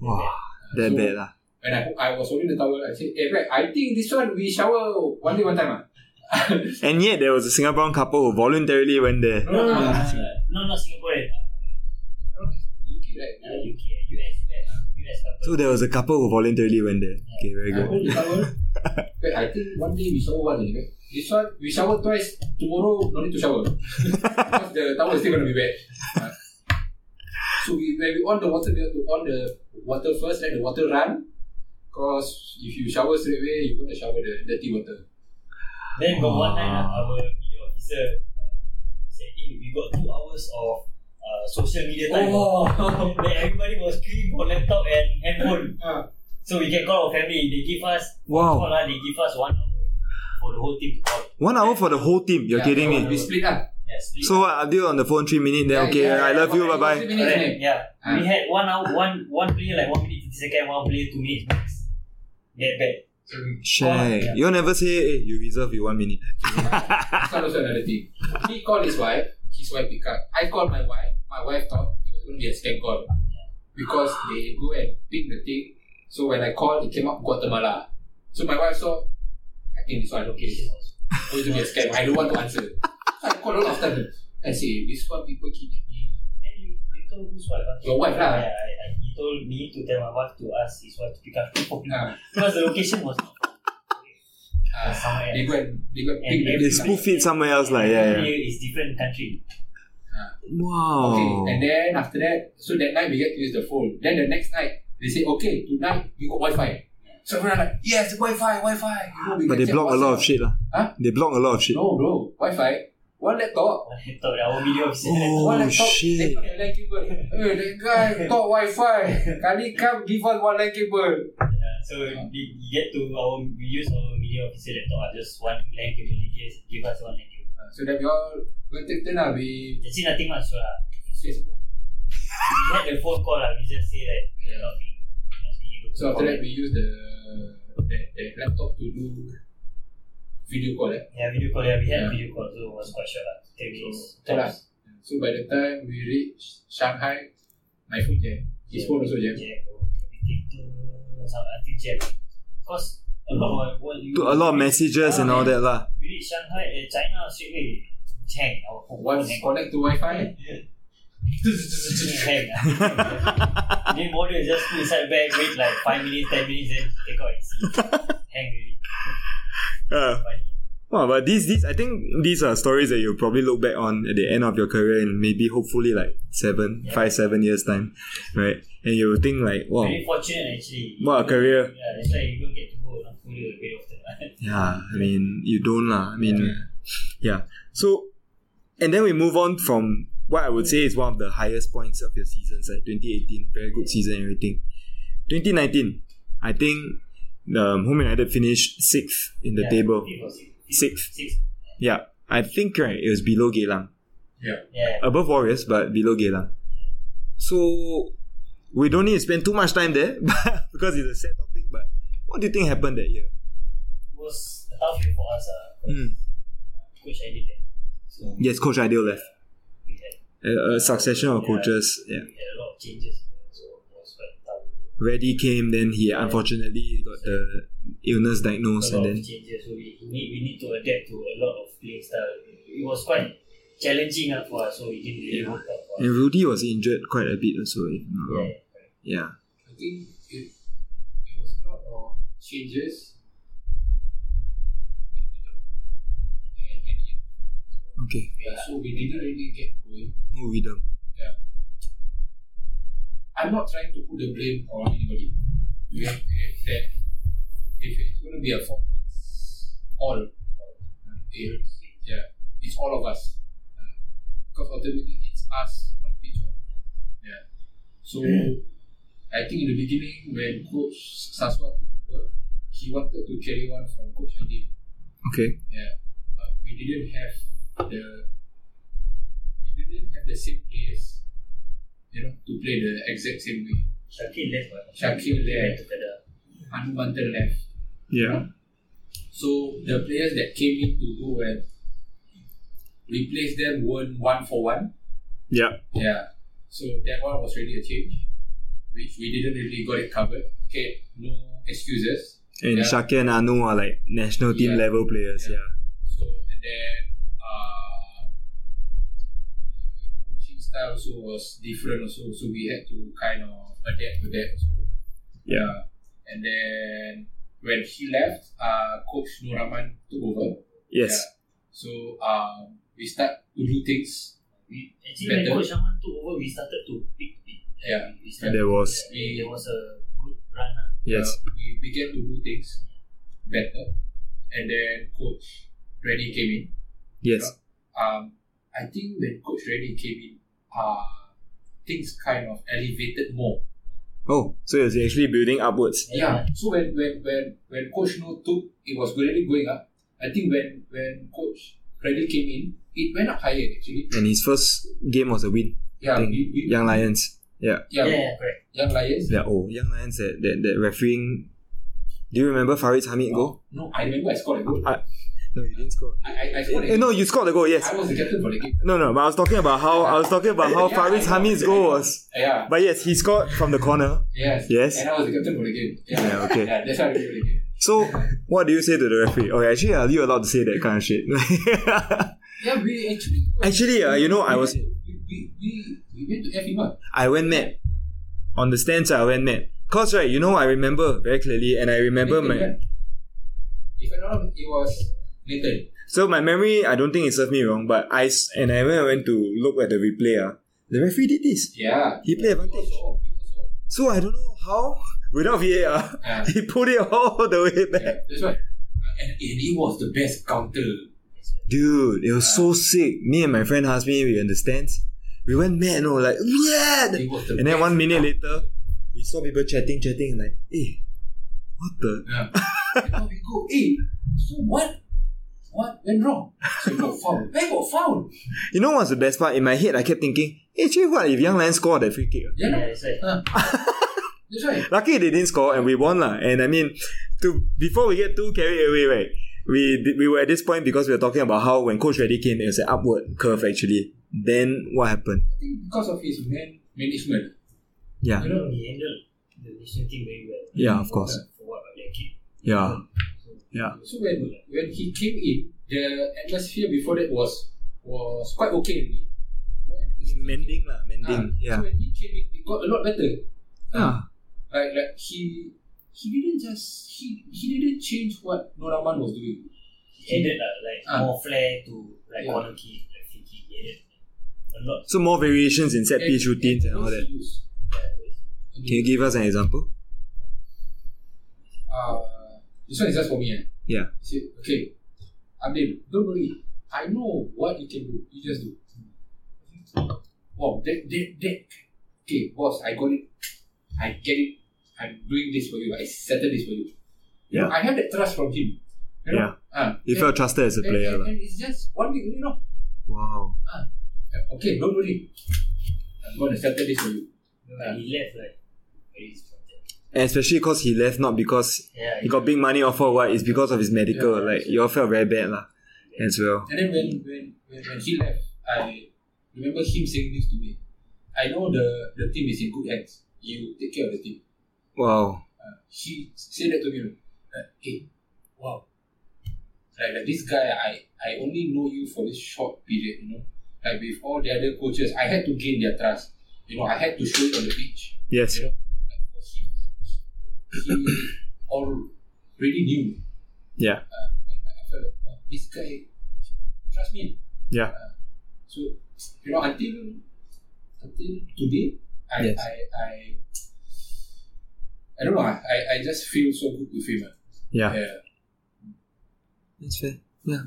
Speaker 1: Wow. That
Speaker 3: So,
Speaker 1: bad, ah. lah.
Speaker 3: When When I, I was holding the towel, I said, hey, Brad, I think this one we shower one day, one time. ah."
Speaker 1: And yet there was a Singaporean couple who voluntarily went there.
Speaker 3: no, no, no.
Speaker 4: Uh, no, not Singaporean.
Speaker 3: UK, right?
Speaker 4: Uh, UK, US, US, US couple.
Speaker 1: So there was a couple who voluntarily went there. Okay, very
Speaker 3: I
Speaker 1: good.
Speaker 3: hold the
Speaker 1: <laughs>
Speaker 3: towel. Wait, I think one day we shower once only. right? This one, we shower twice. Tomorrow, no need to shower. because the towel is still going to be wet. Ah. so we, when we on the water, we have to on the water first, let the water run. Because if you shower straight away, you're going to shower the dirty water.
Speaker 4: Then got one night,
Speaker 1: Ah.
Speaker 4: uh, our media officer uh, said, hey, we got two hours of uh, social media time.
Speaker 1: Oh.
Speaker 4: then everybody was queuing for laptop and handphone.
Speaker 3: Ah.
Speaker 4: So we can call our family. They give us,
Speaker 1: Wow.
Speaker 4: call, uh, they give us one hour for the whole team to call.
Speaker 1: One hour for the whole team. You're
Speaker 3: Yeah,
Speaker 1: kidding
Speaker 3: we-
Speaker 1: me.
Speaker 3: We split lah.
Speaker 4: Yes, please.
Speaker 1: So what, Abdul on the phone three minutes, then
Speaker 3: Yeah,
Speaker 1: okay,
Speaker 3: yeah,
Speaker 1: I
Speaker 3: yeah,
Speaker 1: love you, bye
Speaker 3: one
Speaker 1: bye.
Speaker 3: minute, three minutes,
Speaker 4: Correct,
Speaker 3: man.
Speaker 4: yeah.
Speaker 3: Ah.
Speaker 4: We had one hour, one one player like one minute thirty second, one player two minutes max. That bad. So we
Speaker 1: Shag.
Speaker 4: call-
Speaker 1: You never say, hey, you reserve you one minute.
Speaker 3: This one also another thing. He called his wife, his wife pick up. I called my wife, my wife thought it was going to be a scam call. Because they go and ping the thing. So when I called, it came up Guatemala. So my wife saw, I think this one I don't care. It's going to be a scam. I don't want to answer. So I called a lot of times. I say, this one people kidnap me.
Speaker 4: Then you, you told whose wife? ah?
Speaker 3: Your wife lah.
Speaker 4: Yeah, I, I, he told me to tell my wife to ask his wife to pick up phone
Speaker 3: Ah,
Speaker 4: because the location was not
Speaker 3: <laughs> ah,
Speaker 4: somewhere
Speaker 3: they
Speaker 4: else.
Speaker 3: go and they go and ping
Speaker 4: And
Speaker 1: They
Speaker 3: the thing.
Speaker 1: spoof it somewhere else, like, yeah, yeah.
Speaker 4: Here is different country.
Speaker 3: Okay,
Speaker 1: Wow.
Speaker 3: and then after that, so that night we get to use the phone. Then the next night, they say, okay, tonight you got Wi-Fi. So everyone like, yes, Wi-Fi, Wi-Fi. You know, we
Speaker 1: But
Speaker 3: can
Speaker 1: they
Speaker 3: check
Speaker 1: block a lot of
Speaker 3: WhatsApp.
Speaker 1: shit. lah.
Speaker 3: Huh?
Speaker 1: They block a lot of shit.
Speaker 3: No, bro, Wi-Fi. One laptop.
Speaker 4: One laptop, our video officer.
Speaker 1: Oh,
Speaker 3: one laptop.
Speaker 1: shit.
Speaker 3: They put the LAN cable. Hey, that guy talk Wi-Fi. Kali come give us one LAN cable.
Speaker 4: Yeah, so we, we get to our we use our media officer laptop. ah, Just one line cable. They give- give us one line cable.
Speaker 3: So then we all go take turn lah. We
Speaker 4: That's it, nothing much. So, ah.
Speaker 3: Facebook.
Speaker 4: we had the phone call. ah, We just say that we are not being, not being able to.
Speaker 3: So after
Speaker 4: call.
Speaker 3: that, we use the the, the laptop to do video call. Eh?
Speaker 4: Yeah, video call. Yeah, we had
Speaker 3: Yeah.
Speaker 4: video call, so it was quite short. lah. Three minutes.
Speaker 3: So, yeah.
Speaker 4: tops.
Speaker 3: So by the time we reach Shanghai, my phone jam. His
Speaker 4: Yeah.
Speaker 3: phone also jam.
Speaker 4: Jam, oh, everything to some until jam. Cause a lot of what you
Speaker 1: To a lot of messages and all that lah.
Speaker 4: We reach Shanghai, uh, China straight away. Hang our phone.
Speaker 3: Once
Speaker 4: hang.
Speaker 3: connect to Wi-Fi, <laughs>
Speaker 4: <laughs> hang. ah. Didn't bother, just put inside bag, wait like five minutes, ten minutes, then take out
Speaker 1: <laughs>
Speaker 4: and see. hang really.
Speaker 1: Uh,
Speaker 4: Funny.
Speaker 1: Wow, but these these I think these are stories that you'll probably look back on at the end of your career and maybe hopefully like seven,
Speaker 4: Yeah.
Speaker 1: five, seven years time. Right? And you'll think like, wow,
Speaker 4: Very fortunate actually.
Speaker 1: Oh. What a career.
Speaker 4: Yeah, that's why you don't get to go on fully very often. <laughs>
Speaker 1: yeah, I mean you don't lah. I mean yeah. So and then we move on from what I would say is one of the highest points of your seasons, like twenty eighteen, very good season and everything. Twenty nineteen, I think um, Home United finished sixth in the
Speaker 4: Yeah,
Speaker 1: table.
Speaker 4: fifth or sixth.
Speaker 1: Sixth.
Speaker 4: Sixth.
Speaker 1: Yeah. I think right it was below Geylang.
Speaker 4: Yeah.
Speaker 1: above Warriors but below Geylang. So we don't need to spend too much time there <laughs> because it's a sad topic. But what do you think happened that year?
Speaker 4: was a tough year for us. Uh,
Speaker 1: Mm.
Speaker 4: Coach I did that. So
Speaker 1: Yes, Coach Ideal left.
Speaker 4: we had,
Speaker 1: A, a succession of
Speaker 4: Yeah.
Speaker 1: coaches. Yeah.
Speaker 4: we had a lot of changes. So it was quite tough.
Speaker 1: Reddy came, then he unfortunately got the illness diagnosed,
Speaker 4: a
Speaker 1: and
Speaker 4: lot
Speaker 1: then
Speaker 4: of changes. So we, we need we need to adapt to a lot of playing style. It was quite challenging uh, for us. So it didn't really
Speaker 1: Yeah.
Speaker 4: work out for us.
Speaker 1: and Rudy was injured quite a bit also. If I'm not wrong.
Speaker 4: Yeah.
Speaker 1: Yeah.
Speaker 3: I think it, there was a lot of changes. And- and yeah,
Speaker 1: Okay.
Speaker 3: yeah, So we didn't really get going.
Speaker 1: No rhythm.
Speaker 3: I'm not trying to put the blame on anybody. We have, we have that if it's going to be a fault, it's all. um, It, yeah, it's all of us. Uh, because ultimately, it's us on the pitch. right? Yeah. So, I think in the beginning, when Coach Saswa took over, he wanted to carry on from Coach Adib.
Speaker 1: Okay.
Speaker 3: Yeah, but we didn't have the we didn't have the same players, you know, to play the exact same way.
Speaker 4: Shakil left. uh,
Speaker 3: Shakil left.
Speaker 4: took the-
Speaker 3: Hanumantan left.
Speaker 1: Yeah.
Speaker 3: So the players that came in to go and replace them weren't one for one.
Speaker 1: Yeah.
Speaker 3: Yeah. So that one was really a change. which we didn't really got it covered. Okay, no excuses.
Speaker 1: And
Speaker 3: Yeah.
Speaker 1: Shaki and Anu are like national team
Speaker 3: Yeah.
Speaker 1: level players. Yeah.
Speaker 3: Yeah. So and then uh, coaching style also was different also. So we had to kind of adapt to that also.
Speaker 1: Yeah.
Speaker 3: Uh, and then when he left, uh, coach Nuraman took over.
Speaker 1: Yes.
Speaker 3: Yeah. So um, we start to do things. We,
Speaker 4: Actually,
Speaker 3: Better.
Speaker 4: when Coach Rahman took over, we started to pick big.
Speaker 3: Yeah.
Speaker 4: We started,
Speaker 1: There was.
Speaker 4: yeah, there was a good run. ah.
Speaker 1: Yes.
Speaker 3: uh, we began to do things better. And then coach Reddy came in.
Speaker 1: Yes.
Speaker 3: um, I think when Coach Reddy came in, uh, things kind of elevated more.
Speaker 1: Oh, so it's actually building upwards.
Speaker 3: Yeah. So when when when, when Coach No took, it was already going up. I think when when Coach Reddy came in, it went up higher actually.
Speaker 1: And his first game was a win.
Speaker 3: Yeah.
Speaker 1: Think
Speaker 3: We, we,
Speaker 1: Young Lions. Yeah.
Speaker 3: yeah.
Speaker 4: yeah correct.
Speaker 3: Young Lions.
Speaker 1: Yeah. Oh, Young Lions that, that, that refereeing. Do you remember Farid's Hamid goal?
Speaker 3: No, I remember I scored a goal.
Speaker 1: I, no, you didn't score.
Speaker 3: I, I, I scored a
Speaker 1: Eh, no, you scored the goal, yes.
Speaker 3: I was the captain for the game.
Speaker 1: No, no, but I was talking about how I was talking about how
Speaker 3: Yeah,
Speaker 1: Farid's
Speaker 3: I know.
Speaker 1: Hamid's goal was.
Speaker 3: Yeah.
Speaker 1: But yes, he scored from the corner.
Speaker 3: Yes.
Speaker 1: Yes.
Speaker 3: And I was the captain for the game. Yeah.
Speaker 1: Yeah, okay.
Speaker 3: Yeah, that's how I remember the game.
Speaker 1: So, what do you say to the referee? Okay, actually, are you allowed to say that kind of shit? <laughs>
Speaker 3: Yeah, we actually.
Speaker 1: actually, uh, you know, I
Speaker 3: we
Speaker 1: was
Speaker 3: went to- We, we, we, we went to everyone.
Speaker 1: I went mad on the stands. I went mad cause right, you know, I remember very clearly, and I remember my
Speaker 3: If I'm not wrong, it was Nathan.
Speaker 1: So my memory, I don't think it served me wrong, but I s- and I when I went to look at the replay, ah, the referee did this.
Speaker 3: Yeah.
Speaker 1: He played
Speaker 3: We
Speaker 1: advantage.
Speaker 3: also, we also.
Speaker 1: So I don't know how without VAR,
Speaker 3: Yeah.
Speaker 1: he pulled it all the way back.
Speaker 3: yeah, that's right. Uh, And, and it was the best counter.
Speaker 1: Dude, it was so sick. Me and my friend Hasmi, we understand. We went mad, no, like mad.
Speaker 3: It was the
Speaker 1: And then
Speaker 3: best
Speaker 1: one minute later, we saw people chatting, chatting, like, hey, what the?
Speaker 3: Yeah. and now we go, hey, so what? What went wrong? So we got fouled. They got fouled.
Speaker 1: You know what's the best part? In my head, I kept thinking, hey, actually, what if Young Lion scored that free kick? ah?
Speaker 3: Yeah.
Speaker 4: Yeah,
Speaker 3: no?
Speaker 4: that's right.
Speaker 3: Ah. That's right.
Speaker 1: lucky they didn't score and we won lah. And I mean, to before we get too carried away, right? We di- we were at this point because we were talking about how when Coach Reddy came, it was an upward curve actually. Then what happened?
Speaker 3: I think because of his man management.
Speaker 1: Yeah,
Speaker 4: You know, he handled the national team very well.
Speaker 1: Yeah, of course.
Speaker 4: For what about that kid?
Speaker 1: yeah, yeah,
Speaker 3: So when when he came in, the atmosphere before that was was quite okay. already.
Speaker 1: mending lah,
Speaker 3: Ah,
Speaker 1: mending. Yeah, Ah.
Speaker 3: So when he came in, it got a lot better. Um,
Speaker 1: yeah,
Speaker 3: Like like he he didn't just he he didn't change what Noraman was doing.
Speaker 4: He added uh, like
Speaker 3: Ah.
Speaker 4: more flair to like
Speaker 3: Yeah.
Speaker 4: corner kick, like free kick. He added a lot.
Speaker 1: So more variations in set piece routines and all that.
Speaker 3: those he used.
Speaker 1: Can you give us an example?
Speaker 3: Uh, this one is just for me. Eh?
Speaker 1: Yeah.
Speaker 3: He said, okay, Abdul, don't worry. I know what you can do. You just do. Wow, that, that, that. Okay, boss, I got it. I get it. I'm doing this for you. I settle this for you. You know,
Speaker 1: Yeah.
Speaker 3: I have that trust from him. You know?
Speaker 1: Yeah.
Speaker 3: Ah,
Speaker 1: You
Speaker 3: and-
Speaker 1: felt trusted as a
Speaker 3: and,
Speaker 1: player
Speaker 3: and,
Speaker 1: lah.
Speaker 3: and it's just one week, you know.
Speaker 1: Wow.
Speaker 3: Uh, Okay, don't worry. I'm gonna settle this for you.
Speaker 4: You know, like, he left like very disappointed.
Speaker 1: And especially because he left not because
Speaker 4: Yeah,
Speaker 1: he got big money offer or what, it's because of his medical.
Speaker 3: Yeah.
Speaker 1: like, you all felt very bad lah as well.
Speaker 3: And then when, when, when, when he left, I remember him saying this to me. I know the, the team is in good hands. You take care of the team.
Speaker 1: Wow.
Speaker 3: Uh, he said that to me. Uh, hey, wow. Like, like this guy, I, I only know you for this short period, you know. Like with all the other coaches, I had to gain their trust. You know, I had to show it on the pitch.
Speaker 1: Yes.
Speaker 3: You know, like for him, he <coughs> already knew.
Speaker 1: Yeah.
Speaker 3: Uh, like, like, I felt like, wow, this guy, trust me.
Speaker 1: Yeah.
Speaker 3: Uh, so, you know, until until today, I
Speaker 1: Yes.
Speaker 3: I, I I don't know. I, I- I just feel so good with him. ah.
Speaker 1: Yeah.
Speaker 3: Yeah.
Speaker 1: That's fair. Yeah.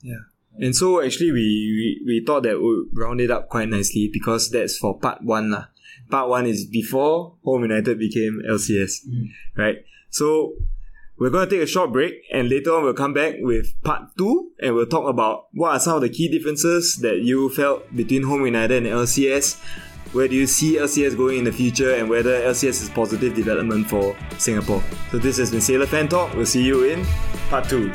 Speaker 1: Yeah. And so actually we, we, we thought that would round it up quite nicely because that's for part one lah. Part one is before Home United became LCS.
Speaker 3: Mm.
Speaker 1: Right? So we're gonna take a short break and later on we'll come back with part two and we'll talk about what are some of the key differences that you felt between Home United and LCS. Where do you see LCS going in the future and whether LCS is positive development for Singapore? So this has been Sailor Fan Talk. We'll see you in part two.